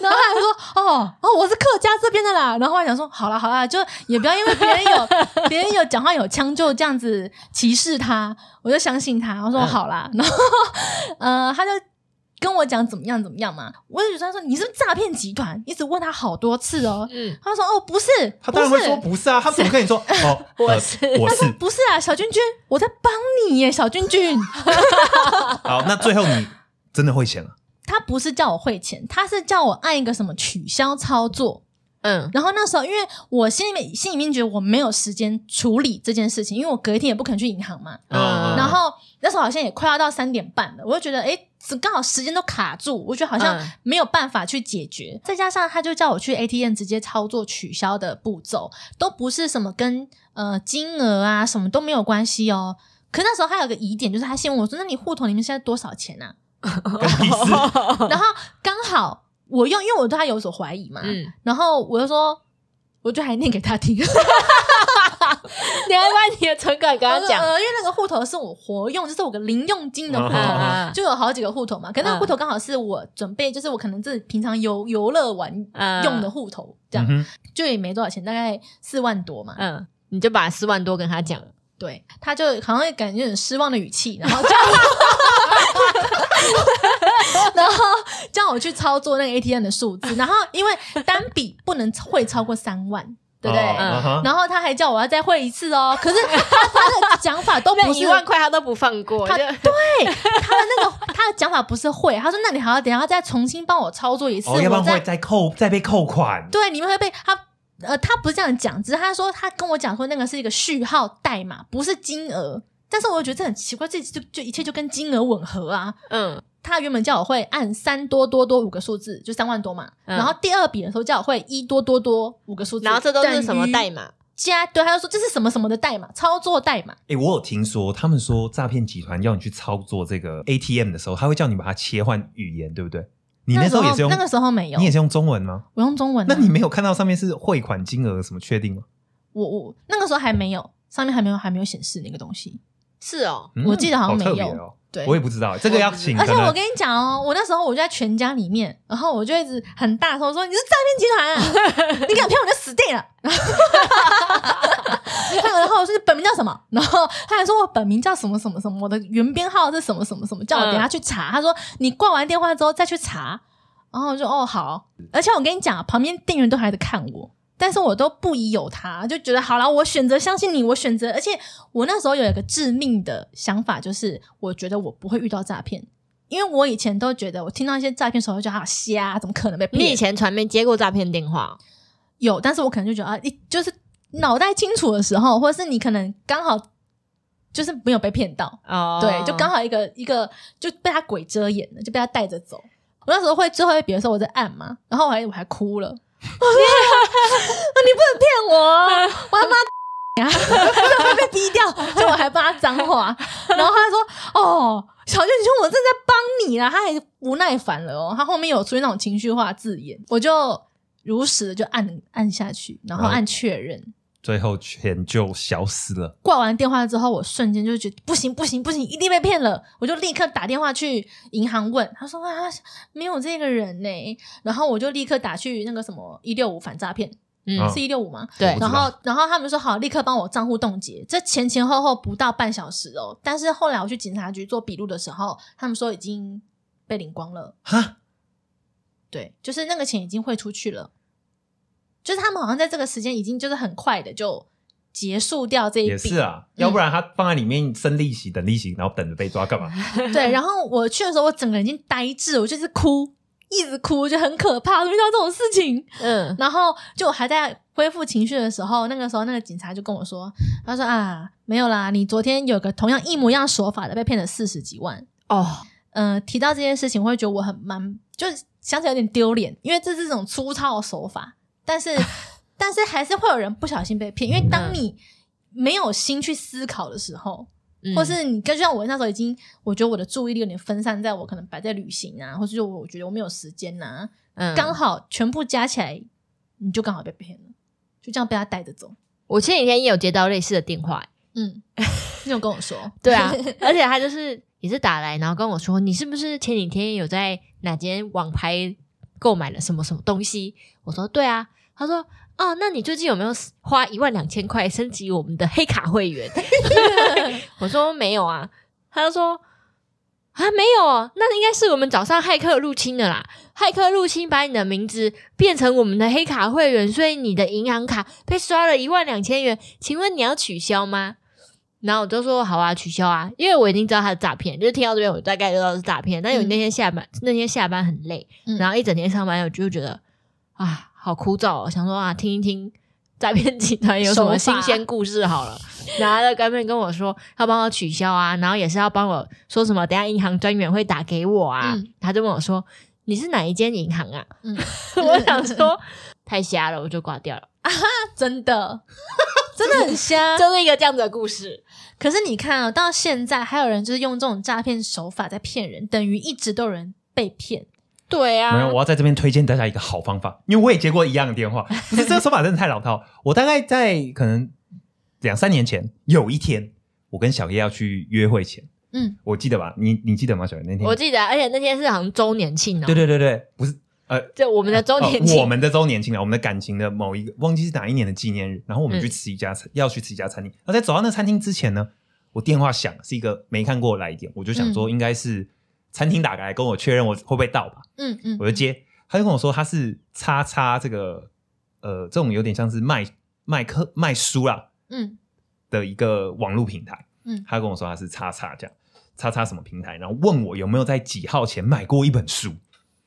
Speaker 3: 然后他还说，哦哦，我是客家这边的啦。然后我还想说，好啦好啦，就也不要因为别人有 别人有讲话有腔就这样子歧视他，我就相信他。我说
Speaker 2: 嗯
Speaker 3: 好啦， 然后呃，他就。跟我讲怎么样怎么样嘛，我就觉得他说你是不是诈骗集团，一直问他好多次哦。
Speaker 2: 嗯，
Speaker 3: 他说哦不是，
Speaker 1: 他当然
Speaker 3: 不
Speaker 1: 会
Speaker 3: 是
Speaker 1: 说不是啊，他怎么跟你说？哦，呃
Speaker 2: 我是
Speaker 1: 我
Speaker 3: 他说
Speaker 1: 是。
Speaker 3: 不是啊，小君君，我在帮你耶，小君君。
Speaker 1: 好，那最后你真的会钱了？
Speaker 3: 他不是叫我汇钱，他是叫我按一个什么取消操作。
Speaker 2: 嗯，
Speaker 3: 然后那时候，因为我心里面心里面觉得我没有时间处理这件事情，因为我隔一天也不肯去银行嘛。
Speaker 1: 哦
Speaker 2: 嗯
Speaker 3: 然后那时候好像也快要到三点半了，我就觉得诶，刚好时间都卡住，我觉得好像
Speaker 2: 嗯
Speaker 3: 没有办法去解决。再加上他就叫我去 ATM 直接操作取消的步骤，都不是什么跟呃金额啊什么都没有关系哦。可那时候还有个疑点，就是他先问我说：“那你户头里面现在多少钱啊
Speaker 1: 跟你是
Speaker 3: 然后刚好我用，因为我对他有所怀疑嘛，
Speaker 2: 嗯，
Speaker 3: 然后我就说，我就还念给他听。
Speaker 2: 你还把你的存款跟
Speaker 3: 他
Speaker 2: 他
Speaker 3: 讲，
Speaker 2: 讲，
Speaker 3: 呃因为那个户头是我活用，就是我个零用金
Speaker 1: 啊
Speaker 3: 的户头，
Speaker 2: 嗯嗯嗯
Speaker 3: 就有好几个户头嘛。可那
Speaker 2: 啊
Speaker 3: 个户头刚好是我准备，就是我可能自己平常游游乐玩
Speaker 2: 嗯
Speaker 3: 用的户头， 这样、
Speaker 1: 嗯哼
Speaker 3: 就也没多少钱，大概四万多嘛。
Speaker 2: 嗯，你就把四万多跟他讲，
Speaker 3: 对，他就好像感觉很失望的语气，然后叫 我， 然后叫我去操作那个 ATM 的数字，然后因为单笔不能会超过三万，对不嗯对？
Speaker 1: 哦啊哈
Speaker 3: 然后他还叫我要再汇一次哦，可是他他的讲法都不
Speaker 2: 那
Speaker 3: 是
Speaker 2: 一万块他都不放过，
Speaker 3: 他
Speaker 2: 就
Speaker 3: 他的那个他的讲法不是会，他说那你还要等一下再重新帮我操作一次，
Speaker 1: 哦，要不然
Speaker 3: 我
Speaker 1: 会
Speaker 3: 再
Speaker 1: 再扣再被扣款。
Speaker 3: 对你们会被他。呃，他不是这样讲，只是他说他跟我讲说那个是一个序号代码，不是金额。但是我觉得这很奇怪，这就就一切就跟金额吻合啊。
Speaker 2: 嗯
Speaker 3: 他原本叫我会按三多多多五个数字，就三万多嘛。
Speaker 2: 嗯
Speaker 3: 然后第二笔的时候叫我会一多多多五个数字，
Speaker 2: 然后这都是什么代
Speaker 3: 码？
Speaker 2: 码？
Speaker 3: 加对，他就说这是什么什么的代码，操作代码。
Speaker 1: 哎、我有听说他们说诈骗集团要你去操作这个 ATM 的时候，他会叫你把它切换语言，对不对？你
Speaker 3: 那
Speaker 1: 时候也是用
Speaker 3: 那个时候没有
Speaker 1: 你也，是用中文吗？
Speaker 3: 我用中文啊、
Speaker 1: 那你没有看到上面是汇款金额什么确定吗？
Speaker 3: 我我那个时候还没有，上面还没有还没有显示那个东西。
Speaker 2: 是哦，
Speaker 1: 嗯
Speaker 3: 我记得好像没有
Speaker 1: 特别哦，
Speaker 3: 对，
Speaker 1: 我也不知道这个要请
Speaker 3: 而
Speaker 1: 可
Speaker 3: 且我
Speaker 1: 能
Speaker 3: 跟你讲哦，我那时候我就在全家里面，然后我就一直很大声说：“你是诈骗集团、啊，你敢骗我你就死定了。” 还有，然后我说你本名叫什么？然后他还说我本名叫什么什么什么，我的原编号是什么什么什么，叫我等一下去查。他说你挂完电话之后再去查。然后我就哦好，而且我跟你讲，啊旁边店员都还在看我，但是我都不疑有他，就觉得好了，我选择相信你，我选择，而且我那时候有一个致命的想法，就是我觉得我不会遇到诈骗，因为我以前都觉得我听到一些诈骗手法，就觉得好啊瞎，怎么可能被骗？
Speaker 2: 你以前传媒接过诈骗电话？
Speaker 3: 有，但是我可能就觉得啊，一就是脑袋清楚的时候，或者是你可能刚好就是没有被骗到，
Speaker 2: 哦，
Speaker 3: 对，就刚好一个一个就被他鬼遮眼了，就被他带着走。我那时候会最后一笔的时候，我在按嘛，然后我还我还哭了， 啊我说啊你不能骗我，我要骂呀， 会被逼掉，就我还骂他脏话，然后他说哦，小娟，你说我正在帮你啦，啊他还不耐烦了哦，他后面有出现那种情绪化字眼，我就如实的就按按下去，然后按确认，
Speaker 1: 最后钱就消失了。
Speaker 3: 挂完电话之后，我瞬间就觉得不行不行不行，一定被骗了，我就立刻打电话去银行问，他说啊没有这个人呢、然后我就立刻打去那个什么一六五反诈骗，
Speaker 2: 嗯
Speaker 1: 啊
Speaker 3: 是一六五吗？
Speaker 2: 对
Speaker 1: 我不知
Speaker 3: 然
Speaker 1: 道
Speaker 3: 后，然后他们说好，立刻帮我账户冻结。这前前后后不到半小时哦，但是后来我去警察局做笔录的时候，他们说已经被领光了，
Speaker 1: 哈，
Speaker 3: 对，就是那个钱已经汇出去了，就是他们好像在这个时间已经就是很快的就结束掉这一笔，
Speaker 1: 也是啊，
Speaker 3: 嗯
Speaker 1: 要不然他放在里面生利息，等利息，然后等着被抓干嘛？
Speaker 3: 对，然后我去的时候，我整个人已经呆滞，我就是哭，一直哭，就很可怕，遇到这种事情。
Speaker 2: 嗯，
Speaker 3: 然后就我还在恢复情绪的时候，那个时候那个警察就跟我说，他说啊，没有啦，你昨天有个同样一模一样手法的被骗了四十几万。
Speaker 2: 哦，
Speaker 3: 呃，提到这件事情，我会觉得我很蛮，就是想起来有点丢脸，因为这是一种粗糙的手法，但是但是还是会有人不小心被骗，因为当
Speaker 2: 嗯
Speaker 3: 你没有心去思考的时候，
Speaker 2: 嗯
Speaker 3: 或是你跟就像我那时候已经，我觉得我的注意力有点分散在我可能摆在旅行啊，或是就我觉得我没有时间呐、
Speaker 2: 嗯
Speaker 3: 刚好全部加起来，你就刚好被骗了，就这样被他带着走。
Speaker 2: 我前几天也有接到类似的电话，欸
Speaker 3: 嗯， 你有跟我 说，
Speaker 2: 对啊，而且他就是也是打来，然后跟我说你是不是前几天有在哪间网拍购买了什么什么东西？我说对啊，他说。哦，那你最近有没有花一万两千块升级我们的黑卡会员？ 我说没有啊，他就说啊没有哦，那应该是我们早上骇客入侵的啦，骇客入侵把你的名字变成我们的黑卡会员，所以你的银行卡被刷了一万两千元，请问你要取消吗？然后我就说好啊，取消啊，因为我已经知道他是诈骗，就是听到这边我大概知道是诈骗。但有那天下班，那天下班很累，
Speaker 3: 嗯
Speaker 2: 然后一整天上班，我就觉得啊，好枯燥、哦，想说啊，听一听诈骗集团有什么
Speaker 3: 手法
Speaker 2: 新鲜故事好了。然后他就干脆跟我说要帮我取消啊，然后也是要帮我说什么，等一下银行专员会打给我啊。
Speaker 3: 嗯
Speaker 2: 他就问我说你是哪一间银行啊？
Speaker 3: 嗯
Speaker 2: 我想说太瞎了，我就挂掉了。
Speaker 3: 真 的，真的很瞎。
Speaker 2: 就是一个这样子的故事，
Speaker 3: 可是你看啊、到现在还有人就是用这种诈骗手法在骗人，等于一直都有人被骗。
Speaker 2: 对
Speaker 1: 没有，
Speaker 2: 啊
Speaker 1: 我，要在这边推荐大家一个好方法，因为我也接过一样的 电话，不是这个手法真的太老套。我大概在可能两三年前，有一天我跟小叶要去约会前，
Speaker 3: 嗯，
Speaker 1: 我记得吧？你你记得吗？小叶那天，
Speaker 2: 我记得，而且那天是好像周年庆哦，
Speaker 1: 对对对对，不是
Speaker 2: 就我们的周年
Speaker 1: 呃我
Speaker 2: 庆，
Speaker 1: 们的周年庆了，我们的感情的某一个忘记是哪一年的纪念日，然后我
Speaker 2: 嗯
Speaker 1: 们去吃一家餐，要去吃一家餐厅。然后在走到那餐厅之前呢，我电话响，是一个没看过的来电，我就想
Speaker 2: 嗯
Speaker 1: 说应该是餐厅打来跟我确认我会不会到吧，
Speaker 3: 嗯嗯，
Speaker 1: 我就接，他就跟我说他是叉叉这个呃这种有点像是卖卖课卖书啦
Speaker 3: 嗯
Speaker 1: 的一个网络平台，
Speaker 3: 嗯
Speaker 1: 他跟我说他是叉叉这样。叉叉什么平台，然后问我有没有在几号前买过一本书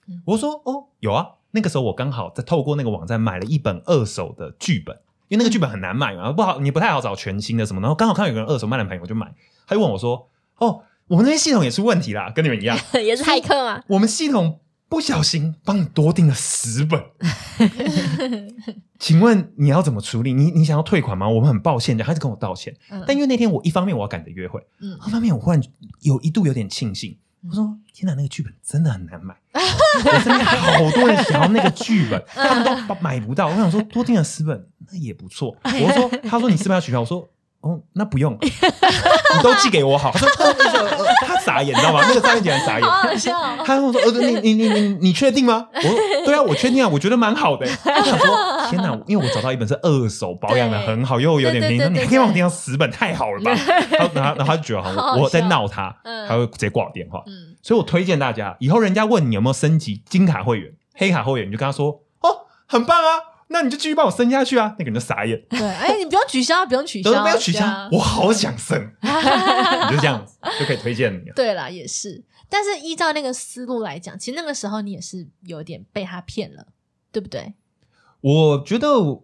Speaker 3: 嗯。
Speaker 1: 我说哦，有啊。那个时候我刚好在透过那个网站买了一本二手的剧本，因为那个剧本很难买嘛，不好你不太好找全新的什么。然后刚好看到有个人二手卖了朋友，我就买。他就问我说：“哦，我们那些系统也出问题啦，跟你们一样，
Speaker 2: 也是骇
Speaker 3: 啊
Speaker 2: 客吗？
Speaker 1: 我们系统不小心帮你多订了十本，请问你要怎么处理？你你想要退款吗？我们很抱歉。”然后他就跟我道歉。
Speaker 3: 嗯，
Speaker 1: 但因为那天我一方面我要赶着约会，
Speaker 3: 嗯
Speaker 1: 后面我忽然有一度有点庆幸，我说：“天哪，那个剧本真的很难买，我身边好多人想要那个剧本，
Speaker 3: 嗯
Speaker 1: 他们都买不到。”我想说多订了十本那也不 错。我说：“他说你是不是要取消？”我说。哦，那不用，你都寄给我好。他说，呃他傻眼，你知道吗？那个诈骗集团傻眼，
Speaker 3: 好好笑哦，
Speaker 1: 他跟我说：“呃，你你你你你确定吗？”我说：“对啊，我确定啊，我觉得蛮好的、我想说：“天哪！因为我找到一本是二手保养的
Speaker 3: 对
Speaker 1: 很好，又有点便宜，
Speaker 3: 对对对
Speaker 1: 你还可以帮我订到十本，太好 了吧？”然后然后然后他就觉得好
Speaker 3: 好好
Speaker 1: 像
Speaker 3: 笑
Speaker 1: 我在闹他，
Speaker 3: 嗯
Speaker 1: 他会直接挂我电话。
Speaker 3: 嗯
Speaker 1: 所以我推荐大家，以后人家问你有没有升级金卡会员、黑卡会员，你就跟他说：“哦，很棒啊，那你就继续帮我升下去啊。”那个人就傻眼，
Speaker 3: 对，哎，你不用取消，不用取
Speaker 1: 都
Speaker 3: 消，
Speaker 1: 没有取消
Speaker 3: 对啊，
Speaker 1: 我好想 升，你就这样子就可以推荐你了。
Speaker 3: 对啦，也是。但是依照那个思路来讲，其实那个时候你也是有点被他骗了，对不对？
Speaker 1: 我觉得我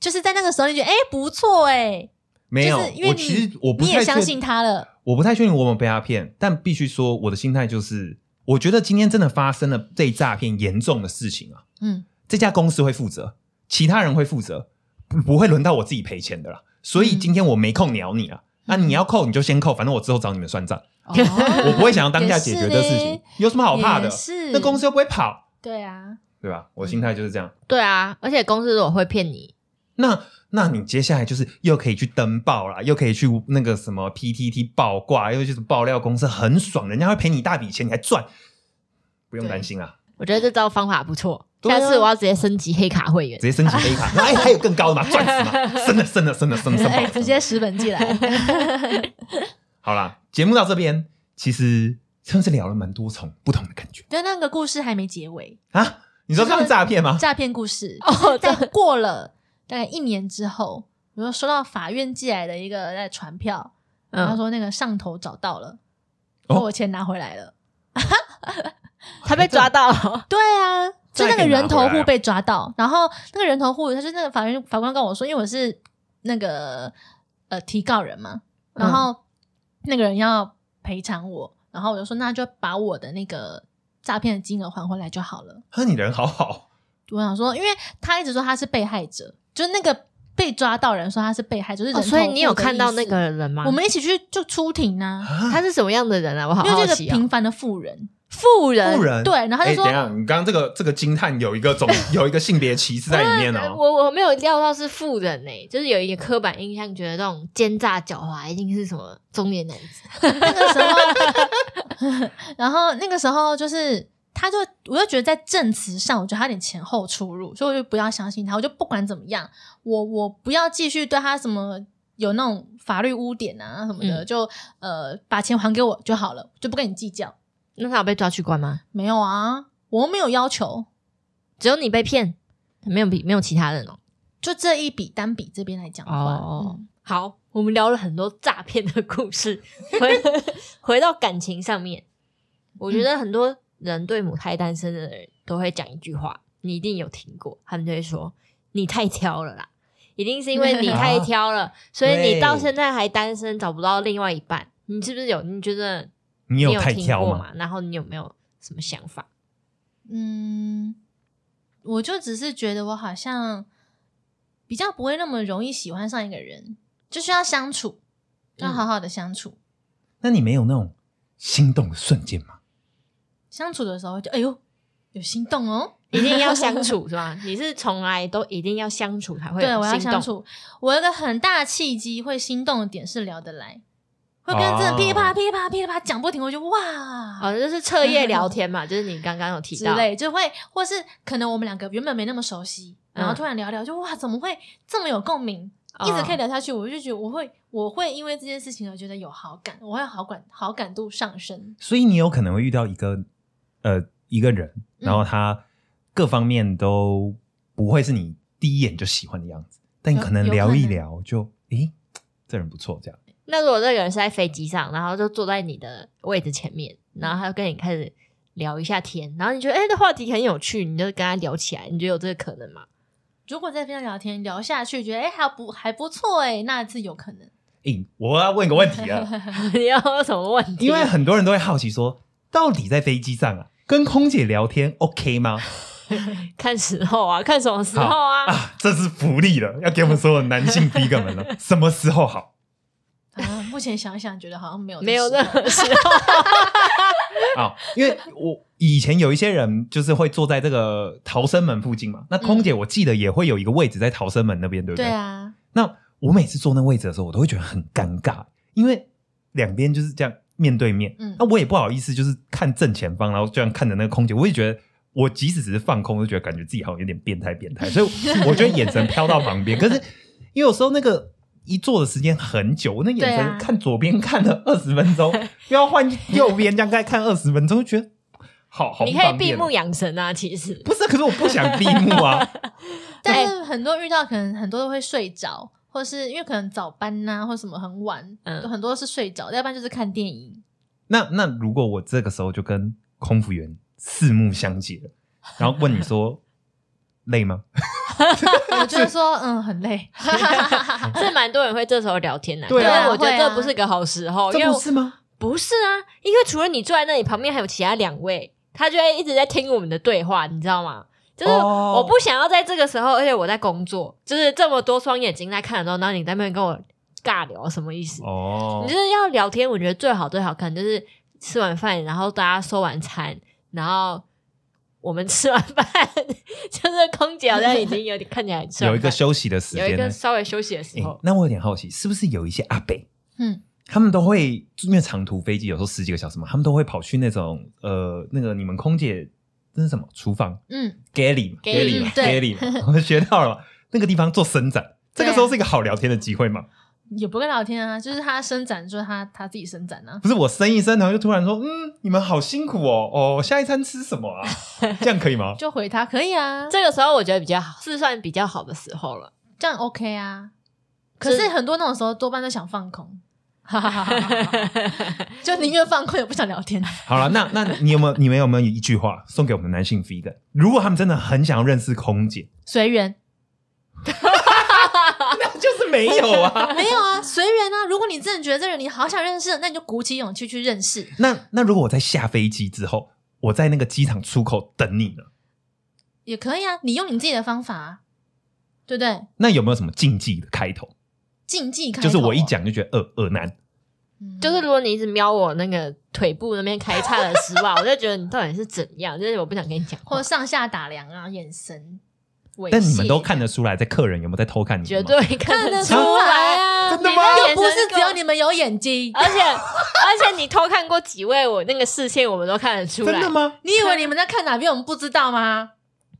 Speaker 3: 就是在那个时候，你觉得哎、不错哎、
Speaker 1: 没有，
Speaker 3: 就是因为
Speaker 1: 我
Speaker 3: 你
Speaker 1: 其实我不
Speaker 3: 你也
Speaker 1: 太确
Speaker 3: 相信 他了，
Speaker 1: 我不太确定我有没有被他骗，但必须说我的心态就是，我觉得今天真的发生了被诈骗严重的事情啊，
Speaker 3: 嗯
Speaker 1: 这家公司会负责，其他人会负责，不不会轮到我自己赔钱的啦。所以
Speaker 3: 嗯
Speaker 1: 今天我没空鸟你啊，那、
Speaker 3: 嗯
Speaker 1: 你要扣你就先扣，反正我之后找你们算 账，
Speaker 3: 哦
Speaker 1: 我不会想要当下解决这事
Speaker 3: 也是
Speaker 1: 情
Speaker 3: 嘞，
Speaker 1: 有什么好怕的
Speaker 3: 也？是
Speaker 1: 那公司又不会跑，
Speaker 3: 对啊，
Speaker 1: 对吧？我心态就是这样。
Speaker 2: 对啊，而且公司如果会骗你，
Speaker 1: 那那你接下来就是又可以去登报啦，又可以去那个什么 PTT 报挂，又就是爆料公司，很爽，人家会赔你一大笔钱，你还赚，不用担心啊，
Speaker 2: 我觉得这招方法不错，
Speaker 1: 对啊
Speaker 2: 下
Speaker 3: 哦
Speaker 2: 次我要直接升级黑卡会员
Speaker 1: 直。接升级黑卡，哎，还有更高的嘛，赚死嘛，升了升了升了升了升
Speaker 3: 哎、
Speaker 1: 了，
Speaker 3: 直接十本寄来，
Speaker 1: 好啦，节目到这边，其实算是聊了蛮多重不同的感觉
Speaker 3: 但那个故事还没结尾，
Speaker 1: 啊。你说刚刚诈骗吗？
Speaker 3: 诈骗故事
Speaker 2: 哦
Speaker 3: 在过了大概一年之后，我又收到法院寄来的一个在传票，然后他
Speaker 2: 嗯，
Speaker 3: 说那个上头找到了，
Speaker 1: 哦
Speaker 3: 把我钱拿回来了。
Speaker 2: 他被抓到了，
Speaker 3: 对啊，就
Speaker 1: 再
Speaker 3: 那
Speaker 1: 给
Speaker 3: 个
Speaker 1: 拿
Speaker 3: 人头
Speaker 1: 回来
Speaker 3: 户
Speaker 1: 啊
Speaker 3: 被抓到，然后那个人头户，他就那个法院法官跟我说，因为我是那个呃提告人嘛，
Speaker 2: 嗯
Speaker 3: 然后、那个人要赔偿我，然后我就说那就把我的那个诈骗的金额还回来就好了。
Speaker 1: 啊，你人好好，
Speaker 3: 我想说，因为他一直说他是被害者，就是那个被抓到人说他是被害者，就是人
Speaker 2: 哦
Speaker 3: 头
Speaker 2: 所以你有
Speaker 3: 户的
Speaker 2: 看到
Speaker 3: 意
Speaker 2: 那
Speaker 3: 思
Speaker 2: 个。人吗？
Speaker 3: 我们一起去就出庭啊，
Speaker 2: 他是什么样的人啊？我好
Speaker 3: 因为
Speaker 2: 好
Speaker 3: 这个
Speaker 2: 奇啊
Speaker 3: 平！凡的富人，
Speaker 2: 富人，
Speaker 1: 富人
Speaker 3: 对然后他就
Speaker 1: 哎
Speaker 3: 说
Speaker 1: 等一下，你刚刚这个这个惊叹有一个 种有一个性别歧视在里面哦。
Speaker 2: 我我没有料到是富人呢、就是有一个刻板印象，觉得那种奸诈狡猾一定是什么中年男子。
Speaker 3: 那个时候， 然后那个时候就是，他就我就觉得在证词上，我觉得他有点前后出入，所以我就不要相信他，我就不管怎么样，我我不要继续对他什么有那种法律污点啊什么的，就呃把钱还给我就好了，就不跟你计较。
Speaker 2: 那他有被抓去关吗？
Speaker 3: 没有啊，我又没有要求，
Speaker 2: 只有你被骗，没有比没有其他人哦、
Speaker 3: 就这一笔单笔这边来讲的话，
Speaker 2: 哦
Speaker 3: 嗯
Speaker 2: 好，我们聊了很多诈骗的故 事，回回到感情上面，我觉得很多人对母胎单身的人都会讲一句话，你一定有听过，他们就会说你太挑了啦，一定是因为你太挑 了，所以你到现在还单身，找不到另外一半，你是不是有？你觉得
Speaker 1: 你
Speaker 2: 有
Speaker 1: 有太
Speaker 2: 听
Speaker 1: 挑
Speaker 2: 过
Speaker 1: 吗
Speaker 2: 吗？然后你有没有什么想法？
Speaker 3: 嗯，我就只是觉得我好像比较不会那么容易喜欢上一个人，就需要相处，要
Speaker 2: 嗯
Speaker 3: 好好的相处。
Speaker 1: 那你没有那种心动的瞬间吗？
Speaker 3: 相处的时候就哎呦，有心动哦。
Speaker 2: 一定要相处是 吧？你是从来都一定要相处才会
Speaker 3: 对，我要
Speaker 2: 心动
Speaker 3: 相处。我有一个很大的契机会心动的点是聊得来，会跟真的噼里啪啦、
Speaker 1: 哦
Speaker 3: 噼里啪啦、噼里啪啦讲不停，我就哇
Speaker 2: 哦，就是彻夜聊天嘛，就是你刚刚有提
Speaker 3: 之
Speaker 2: 到，
Speaker 3: 类，就会或是可能我们两个原本没那么熟悉，然后
Speaker 2: 嗯
Speaker 3: 突然聊聊，就哇怎么会这么有共鸣，
Speaker 2: 哦
Speaker 3: 一直可以聊下去，我就觉得我会我会因为这件事情而觉得有好感，我会好感好感度上升。
Speaker 1: 所以你有可能会遇到一个呃一个
Speaker 3: 嗯
Speaker 1: 人，然后他各方面都不会是你第一眼就喜欢的样子，但你
Speaker 3: 有
Speaker 1: 可能
Speaker 3: 嗯有
Speaker 1: 聊
Speaker 3: 可
Speaker 1: 一
Speaker 3: 能
Speaker 1: 聊就诶，这人不错，这样
Speaker 2: 那如果这个人是在飞机上，然后就坐在你的位置前面，
Speaker 1: 嗯
Speaker 2: 然后他就跟你开始聊一下天，然后你觉得哎、这话题很有趣，你就跟他聊起来，你觉得有这个可能吗？
Speaker 3: 如果在边聊天聊下去，觉得哎、还不还不错哎、那次有可能。
Speaker 1: 诶，我要问一个问题 了，
Speaker 2: 你要有什么问题？
Speaker 1: 因为很多人都会好奇说，到底在飞机上啊跟空姐聊天 OK 吗？
Speaker 2: 看时候啊，看什么时候啊，
Speaker 1: 啊，这是福利了，要给我们所有男性逼哥们了，什么时候好？
Speaker 3: 啊，目前想想觉得好像没有
Speaker 2: 没有
Speaker 3: 这
Speaker 2: 任
Speaker 3: 时候
Speaker 2: 何时 候。
Speaker 1: 啊、因为我以前有一些人就是会坐在这个逃生门附近嘛，那空姐我记得也会有一个位置在逃生门那边，对不
Speaker 3: 对啊，
Speaker 1: 那我每次坐那位置的时候，我都会觉得很尴尬，因为两边就是这样面对面，
Speaker 3: 嗯
Speaker 1: 那我也不好意思，就是看正前方，然后这样看着那个空姐，我也觉得。我即使只是放空，我就觉得感觉自己好像有点变态，变态，所以我就会眼神飘到旁边。可是因为有时候那个一坐的时间很久，我那眼
Speaker 3: 对
Speaker 1: 神
Speaker 3: 啊
Speaker 1: 看左边看了二十分钟，又要换右边这样再看二十分钟，就觉得好好不
Speaker 2: 你可以
Speaker 1: 方
Speaker 2: 闭
Speaker 1: 便哦
Speaker 2: 目养神啊，其 实
Speaker 1: 不是，可是我不想闭目啊。
Speaker 3: 但是很多遇到可能很多都会睡着，或是因为可能早班呐、或什么很晚，
Speaker 2: 嗯
Speaker 3: 都很多是睡着，要不然就是看电影。
Speaker 1: 那那如果我这个时候就跟空服员四目相接了，然后问你 说累吗？
Speaker 3: 我就会说嗯很累，
Speaker 2: 是蛮多人会这时候聊天的、
Speaker 1: 对啊
Speaker 2: 但是我觉得
Speaker 3: 会啊
Speaker 2: 这不是个好时候，因为
Speaker 1: 这不
Speaker 2: 我
Speaker 1: 是吗？
Speaker 2: 不是啊，因为除了你坐在那里，旁边还有其他两位，他就会一直在听我们的对话，你知道吗？就是
Speaker 1: 哦
Speaker 2: 我不想要在这个时候，而且我在工作，就是这么多双眼睛在看的时候，然后你在那边跟我尬聊，什么意思？
Speaker 1: 哦
Speaker 2: 你就是要聊天，我觉得最好最好可能就是吃完饭，然后大家收完餐，然后我们吃完饭， 就是空姐好像已经有点看起来吃完
Speaker 1: 有一个
Speaker 2: 饭
Speaker 1: 休息的时
Speaker 2: 有一
Speaker 1: 间呢嗯
Speaker 2: 个。稍微休息的时
Speaker 1: 诶
Speaker 2: 候，
Speaker 1: 那我有点好奇，是不是有一些阿北，
Speaker 3: 嗯，
Speaker 1: 他们都会因为长途飞机有时候十几个小时嘛，他们都会跑去那种呃那个你们空姐那是什么厨房
Speaker 3: 嗯，
Speaker 1: galley 嘛
Speaker 2: galley，
Speaker 1: galley 嘛
Speaker 3: 对
Speaker 1: galley，嘛我学到了那个地方做伸展，这个
Speaker 3: 对啊
Speaker 1: 时候是一个好聊天的机会嘛。
Speaker 3: 也不跟聊天啊，就是他伸展，就是他他自己伸展啊。
Speaker 1: 不是我伸一伸，然后就突然说，嗯，你们好辛苦哦，哦，下一餐吃什么啊？这样可以吗？
Speaker 3: 就回他可以啊，这
Speaker 2: 这个时候我觉得比较好，是算比较好的时候了。
Speaker 3: 这样 OK 啊。可
Speaker 2: 就是
Speaker 3: 是很多那种时候多半都想放空，就宁愿放空也不想聊天。
Speaker 1: 好了，那那你有没有你们有没有一句话送给我们男性 V 的？如果他们真的很想要认识空姐，
Speaker 3: 随缘，
Speaker 1: 那就是没有啊。
Speaker 3: 没有啊，随缘啊。如果你真的觉得这个人你好想认识，那你就鼓起勇气去认识。
Speaker 1: 那那如果我在下飞机之后，我在那个机场出口等你呢，
Speaker 3: 也可以啊，你用你自己的方法、啊，对不对？
Speaker 1: 那有没有什么禁忌的开头？
Speaker 3: 竞技开、啊
Speaker 1: 就是我一，讲就觉得恶呃恶男，
Speaker 3: 嗯
Speaker 2: 就是如果你一直瞄我那个腿部那边开叉的丝袜，我就觉得你到底是怎样，就是我不想跟你讲话
Speaker 3: 或，上下打量啊，眼神猥亵，
Speaker 1: 但你们都看得出来，在客人有没有在偷看你
Speaker 2: 绝
Speaker 1: 们吗？
Speaker 2: 对看
Speaker 3: 看
Speaker 2: 得
Speaker 3: 得
Speaker 2: 出
Speaker 3: 出
Speaker 2: 来
Speaker 3: 来
Speaker 2: 啊。
Speaker 3: 啊，
Speaker 1: 真的吗
Speaker 3: 你那
Speaker 2: 眼神
Speaker 3: 又不是
Speaker 2: 够
Speaker 3: 只有你们有 眼睛，
Speaker 2: 而且而且你偷看过几位我那个视线，我们都看得出
Speaker 1: 真
Speaker 2: 来
Speaker 1: 的。 吗？
Speaker 3: 你以为你们在看哪边，我们不知道吗？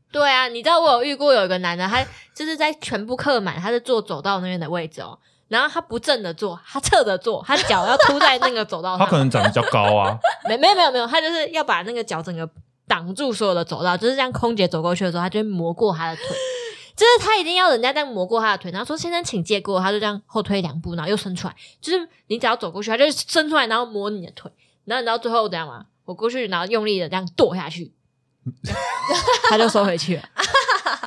Speaker 2: 对啊，你知道我有遇过有一个男的，他就是在全部客满，他是坐走道那边的位置哦，然后他不正着坐，他侧着坐，他脚要凸在那个走道
Speaker 1: 他
Speaker 2: 上
Speaker 1: 可。能长得比较高啊，
Speaker 2: 没没有没有没有，他就是要把那个脚整个挡住所有的走道，就是这样。空姐走过去的时候，他就会磨过他的腿，就是他一定要人家这样磨过他的腿，然后说先生请借过，他就这样后退两步，然后又伸出来，就是你只要走过去，他就伸出来，然后磨你的腿，然后你到最后怎样嘛？我过去，然后用力的这样跺下去，他就收回去了。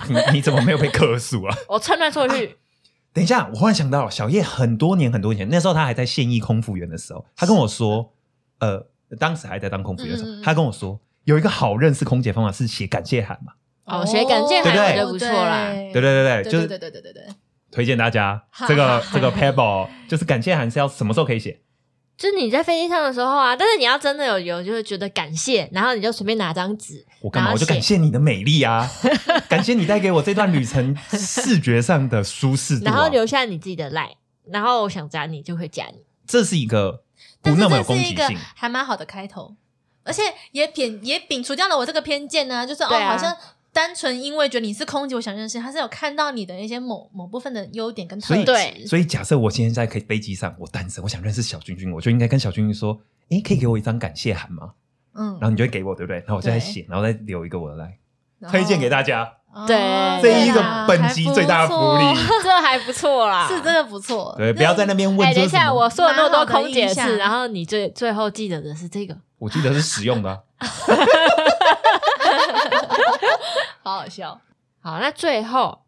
Speaker 1: 你你怎么没有被克数啊？
Speaker 2: 我趁乱收回去，
Speaker 1: 等一下，我忽然想到，小叶很多年很多年前，那时候他还在现役空服员的时候，他跟我说，呃，当时还在当空服员的时候，
Speaker 3: 嗯嗯嗯
Speaker 1: 他跟我说有一个好认识空姐方法是写感谢函嘛，
Speaker 2: 哦写感谢
Speaker 1: 函
Speaker 2: 我觉得不错啦
Speaker 3: 对
Speaker 1: 对对对
Speaker 3: 对
Speaker 1: 就
Speaker 3: 对对
Speaker 1: 是
Speaker 3: 对对对对，
Speaker 1: 推荐大家
Speaker 3: 哈
Speaker 1: 这个
Speaker 3: 哈哈
Speaker 1: 这个 Pebble，就是感谢函是要什么时候可以写？
Speaker 2: 就是你在飞机上的时候啊，但是你要真的有有就是觉得感谢，然后你就随便拿张纸，
Speaker 1: 我干嘛？
Speaker 2: 然
Speaker 1: 我
Speaker 2: 后
Speaker 1: 就
Speaker 2: 写
Speaker 1: 感谢你的美丽 啊，感谢你带给我这段旅程视觉上的舒适度、 啊。
Speaker 2: 然后留下你自己的 line，然后我想加你就会加你。
Speaker 1: 这是一个不
Speaker 3: 但是
Speaker 1: 那么有
Speaker 3: 这
Speaker 1: 攻
Speaker 3: 是
Speaker 1: 击
Speaker 3: 一个
Speaker 1: 性。
Speaker 3: 还蛮好的开头，而且也撇也摒除掉了我这个偏见呢、就是、
Speaker 2: 对
Speaker 3: 哦，
Speaker 2: 啊
Speaker 3: 好像单纯因为觉得你是空姐，我想认识，他是有看到你的一些某某部分的优点跟特
Speaker 1: 所以
Speaker 3: 质。
Speaker 2: 对
Speaker 1: 所以假设我今天在可以飞机上，我单身，我想认识小君君，我就应该跟小君君说：“诶，可以给我一张感谢函吗？”
Speaker 3: 嗯
Speaker 1: 然后你就会给我，对不对？然后我就在
Speaker 3: 对
Speaker 1: 写，然后再留一个我的来推荐给
Speaker 3: 家。
Speaker 1: 大家。
Speaker 3: 哦
Speaker 2: 对
Speaker 1: 这一
Speaker 3: 对
Speaker 1: 个
Speaker 3: 啦
Speaker 1: 本集最大的福利
Speaker 3: 还不错
Speaker 2: 这还不错啦，
Speaker 3: 是真的啊不错。
Speaker 1: 对，不要在那边问
Speaker 2: 哎、
Speaker 1: 这
Speaker 2: 等一
Speaker 1: 是什
Speaker 2: 下，
Speaker 1: 么。
Speaker 2: 我说了那么多
Speaker 3: 蛮好的
Speaker 2: 空姐
Speaker 3: 印象
Speaker 2: 事，然后你最最后记得的是这个，
Speaker 1: 我记得是实用的啊，
Speaker 3: 好好笑。
Speaker 2: 好，那最后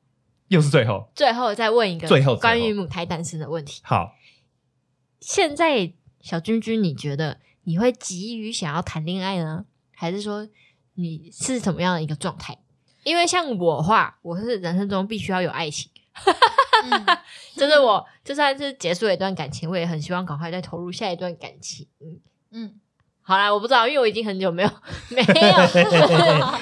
Speaker 1: 又是最后。
Speaker 2: 最后再问一个
Speaker 1: 最后最后
Speaker 2: 关于母胎单身的问题。
Speaker 1: 好，
Speaker 2: 现在小君君，你觉得你会急于想要谈恋爱呢，还是说你是怎么样的一个状态？因为像我的话，我是人生中必须要有爱情，
Speaker 3: 嗯
Speaker 2: 就是我 就算是结束了一段感情，我也很希望赶快再投入下一段感情。嗯
Speaker 3: 嗯，
Speaker 2: 好啦，我不知道，因为我已经很久没有 没有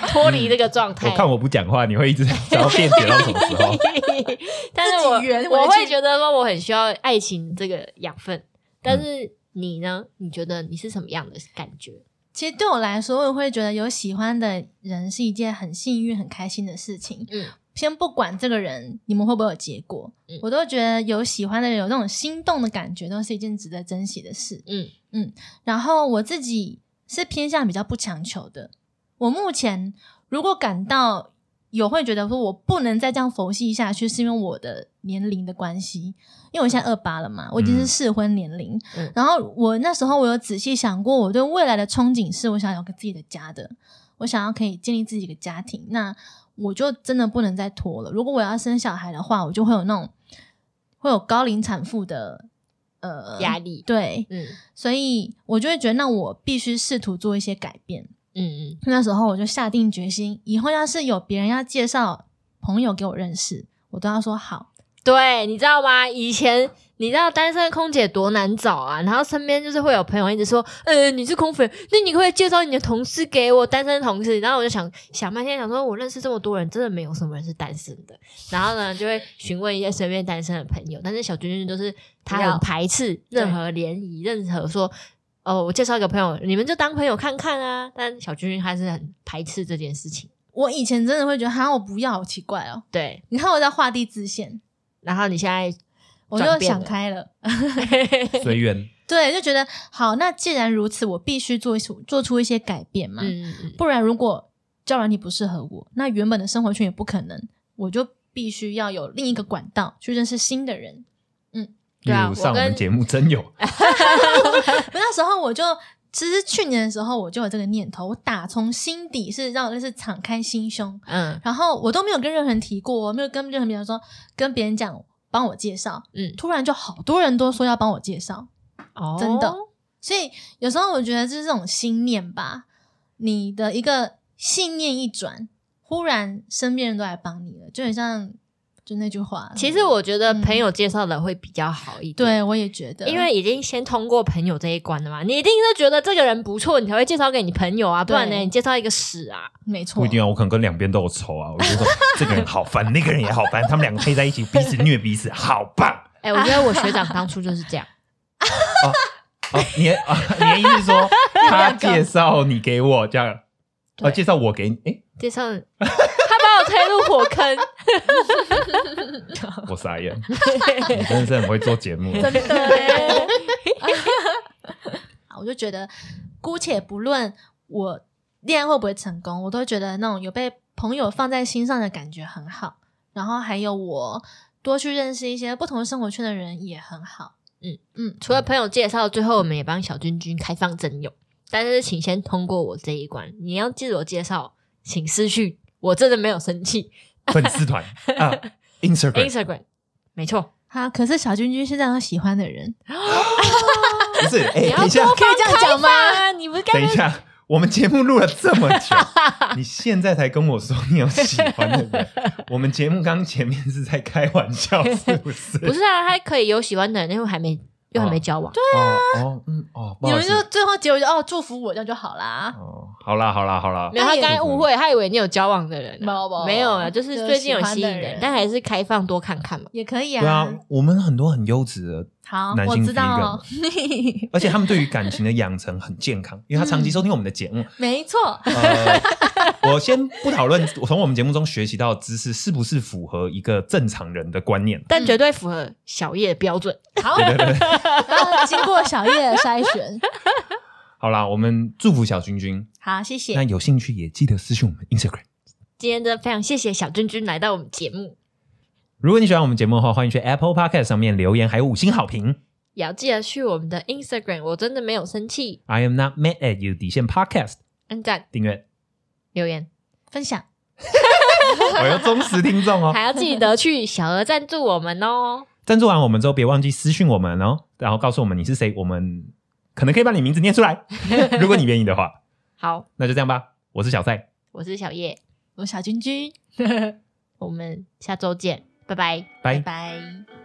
Speaker 2: 脱离这个状态
Speaker 1: 我。看我不讲话，你会一直 想要辩解到什么时候？
Speaker 2: 但是
Speaker 3: 自己圆
Speaker 2: 我
Speaker 3: 回
Speaker 2: 我
Speaker 3: 去
Speaker 2: 会觉得说我很需要爱情这个养
Speaker 1: 嗯
Speaker 2: 分，但是你呢？你觉得你是什么样的感觉？
Speaker 3: 其实对我来说，我会觉得有喜欢的人是一件很幸运、很开心的事情。
Speaker 2: 嗯，
Speaker 3: 先不管这个人你们会不会有结果，
Speaker 2: 嗯
Speaker 3: 我都觉得有喜欢的人有那种心动的感觉，都是一件值得珍惜的事。
Speaker 2: 嗯
Speaker 3: 然后我自己是偏向比较不强求的。我目前如果感到有会觉得说我不能再这样佛系下去，是因为我的年龄的关系，因为我现在二八了嘛，我已经是适婚年龄。
Speaker 2: 嗯
Speaker 3: 然后我那时候我有仔细想过，我对未来的憧憬是我想有个自己的家的，我想要可以建立自己的家庭。那我就真的不能再拖了。如果我要生小孩的话，我就会有那种会有高龄产妇的呃
Speaker 2: 压力
Speaker 3: 对，
Speaker 2: 嗯
Speaker 3: 所以我就会觉得，那我必须试图做一些改变。
Speaker 2: 嗯嗯，
Speaker 3: 那时候我就下定决心，以后要是有别人要介绍朋友给我认识，我都要说好。
Speaker 2: 对，你知道吗？以前。你知道单身空姐多难找啊，然后身边就是会有朋友一直说，呃，你是空粉，那你可不可以介绍你的同事给我单身同事？然后我就想想半天，想说我认识这么多人，真的没有什么人是单身的。然后呢，就会询问一些身边单身的朋友，但是小君君就是他
Speaker 3: 不要
Speaker 2: 很排斥任何联谊，任何说哦，我介绍一个朋友，你们就当朋友看看啊。但小君君他是很排斥这件事情，
Speaker 3: 我以前真的会觉得，哈，我不要，好奇怪哦。
Speaker 2: 对。
Speaker 3: 你看我在画地自限，
Speaker 2: 然后你现在
Speaker 3: 我
Speaker 2: 转
Speaker 3: 就
Speaker 2: 变
Speaker 3: 想
Speaker 2: 了嗯
Speaker 3: 开了。
Speaker 1: 随缘，
Speaker 3: 对，就觉得好，那既然如此，我必须做出做出一些改变嘛。
Speaker 2: 嗯，嗯
Speaker 3: 不然如果交软体不适合我，那原本的生活圈也不可能，我就必须要有另一个管道去认识新的人。
Speaker 1: 例
Speaker 2: 对啊
Speaker 1: 如上我
Speaker 2: 我
Speaker 1: 们
Speaker 2: 跟哎
Speaker 1: 节目真有，
Speaker 3: 我那时候我就，其实去年的时候我就有这个念头，我打从心底是让就是敞开心胸，
Speaker 2: 嗯
Speaker 3: 然后我都没有跟任何人提过，我没有跟任何人说跟别人讲帮我介绍，
Speaker 2: 嗯，
Speaker 3: 突然就好多人都说要帮我介绍，
Speaker 2: 哦
Speaker 3: 真的所以有时候我觉得就是这种心念吧，你的一个信念一转，忽然身边人都来帮你了，就很像就那句话。
Speaker 2: 其实我觉得朋友介绍的会比较好一点，
Speaker 3: 对我也觉得，
Speaker 2: 因为已经先通过朋友这一关了嘛，你一定是觉得这个人不错，你才会介绍给你朋友啊，不然呢，
Speaker 3: 对
Speaker 2: 你介绍一个屎啊，
Speaker 3: 没错，
Speaker 1: 不一定啊，我可能跟两边都有仇啊。我就说这个人好烦，那个人也好烦，他们两个配在一起，彼此虐彼此，好棒
Speaker 2: 哎，我觉得我学长当初就是这样，
Speaker 1: 啊！你的啊，你的意思是说 他介绍你给我这样？啊，
Speaker 2: 对
Speaker 1: 介绍我给你， 诶，
Speaker 2: 介绍他把我推入火 坑，
Speaker 1: 我傻眼，你真的是很会做节目。
Speaker 3: 真的耶。我就觉得，姑且不论我恋爱会不会成功，我都觉得那种有被朋友放在心上的感觉很好。然后还有我多去认识一些不同生活圈的人也很好。
Speaker 2: 嗯
Speaker 3: 嗯，
Speaker 2: 除了朋友介绍，最后我们也帮小君君开放真友，但是请先通过我这一关，你要自我介绍，请私讯，我真的没有生气
Speaker 1: 粉丝团啊，Instagram
Speaker 2: ，Instagram，没错，
Speaker 3: 好，可是小君君是让我喜欢的人，
Speaker 1: 不是？哎，
Speaker 2: 你要
Speaker 1: 等一下，
Speaker 2: 多
Speaker 3: 可以这样讲吗
Speaker 2: 开放啊？你不是
Speaker 1: 等
Speaker 2: 刚
Speaker 1: 一下，我们节目录了这么 久，你现在才跟我说你有喜欢的人，我们节目刚前面是在开玩笑，是不是？
Speaker 2: 哦不是啊，他可以有喜欢的人，因为还没又还没交往，
Speaker 1: 哦哦，嗯，不
Speaker 3: 你
Speaker 1: 好意
Speaker 3: 们
Speaker 1: 思
Speaker 3: 就最后结尾就哦祝福我这样就好啦。
Speaker 1: 哦，好啦好啦好啦
Speaker 2: 没，有，他刚才误会，他以为你有交往的人
Speaker 3: 没有没
Speaker 2: 啊，
Speaker 3: 有
Speaker 2: 没有啊，就是最近有吸引
Speaker 3: 就是喜欢的人
Speaker 2: 但还是开放多看看嘛。
Speaker 3: 也可以
Speaker 1: 对啊，我们很多很优质的
Speaker 3: 好，
Speaker 1: 男
Speaker 3: 我
Speaker 1: 性
Speaker 3: 知
Speaker 1: f i
Speaker 3: 道，
Speaker 1: 而且他们对于感情的养成很健康，因为他长期收听我们的节目。
Speaker 3: 没错，
Speaker 1: 呃，我先不讨论我从我们节目中学习到的知识是不是符合一个正常人的观念。
Speaker 2: 但绝对符合小叶的标准。
Speaker 3: 好，
Speaker 1: 对 对对，
Speaker 3: 那经过小叶的筛选，
Speaker 1: 好啦，我们祝福小君君。
Speaker 3: 好，谢
Speaker 1: 那
Speaker 3: 谢，
Speaker 1: 有兴趣也记得私信我们 Instagram。
Speaker 2: 今天真的非常谢谢小君君来到我们节目，
Speaker 1: 如果你喜欢我们节目的话，欢迎去 Apple Podcast 上面留言，还有五星好评。
Speaker 2: 也要记得去我们的 Instagram，我真的没有生气，
Speaker 1: I am not mad at you 底线 Podcast
Speaker 2: 按赞
Speaker 1: 订阅，
Speaker 2: 留言，
Speaker 3: 分享，
Speaker 1: 我有哎忠实听众哦
Speaker 2: 还。要记得去小额赞助我们哦。
Speaker 1: 赞助完我们之后，别忘记私讯我们哦，然后告诉我们你是谁，我们可能可以把你名字念出来，如果你愿意的话。
Speaker 2: 好，
Speaker 1: 那就这样吧，我是小赛，
Speaker 2: 我是小叶，
Speaker 3: 我小君君，
Speaker 2: 我们下周见，拜拜。
Speaker 1: 拜
Speaker 3: 拜。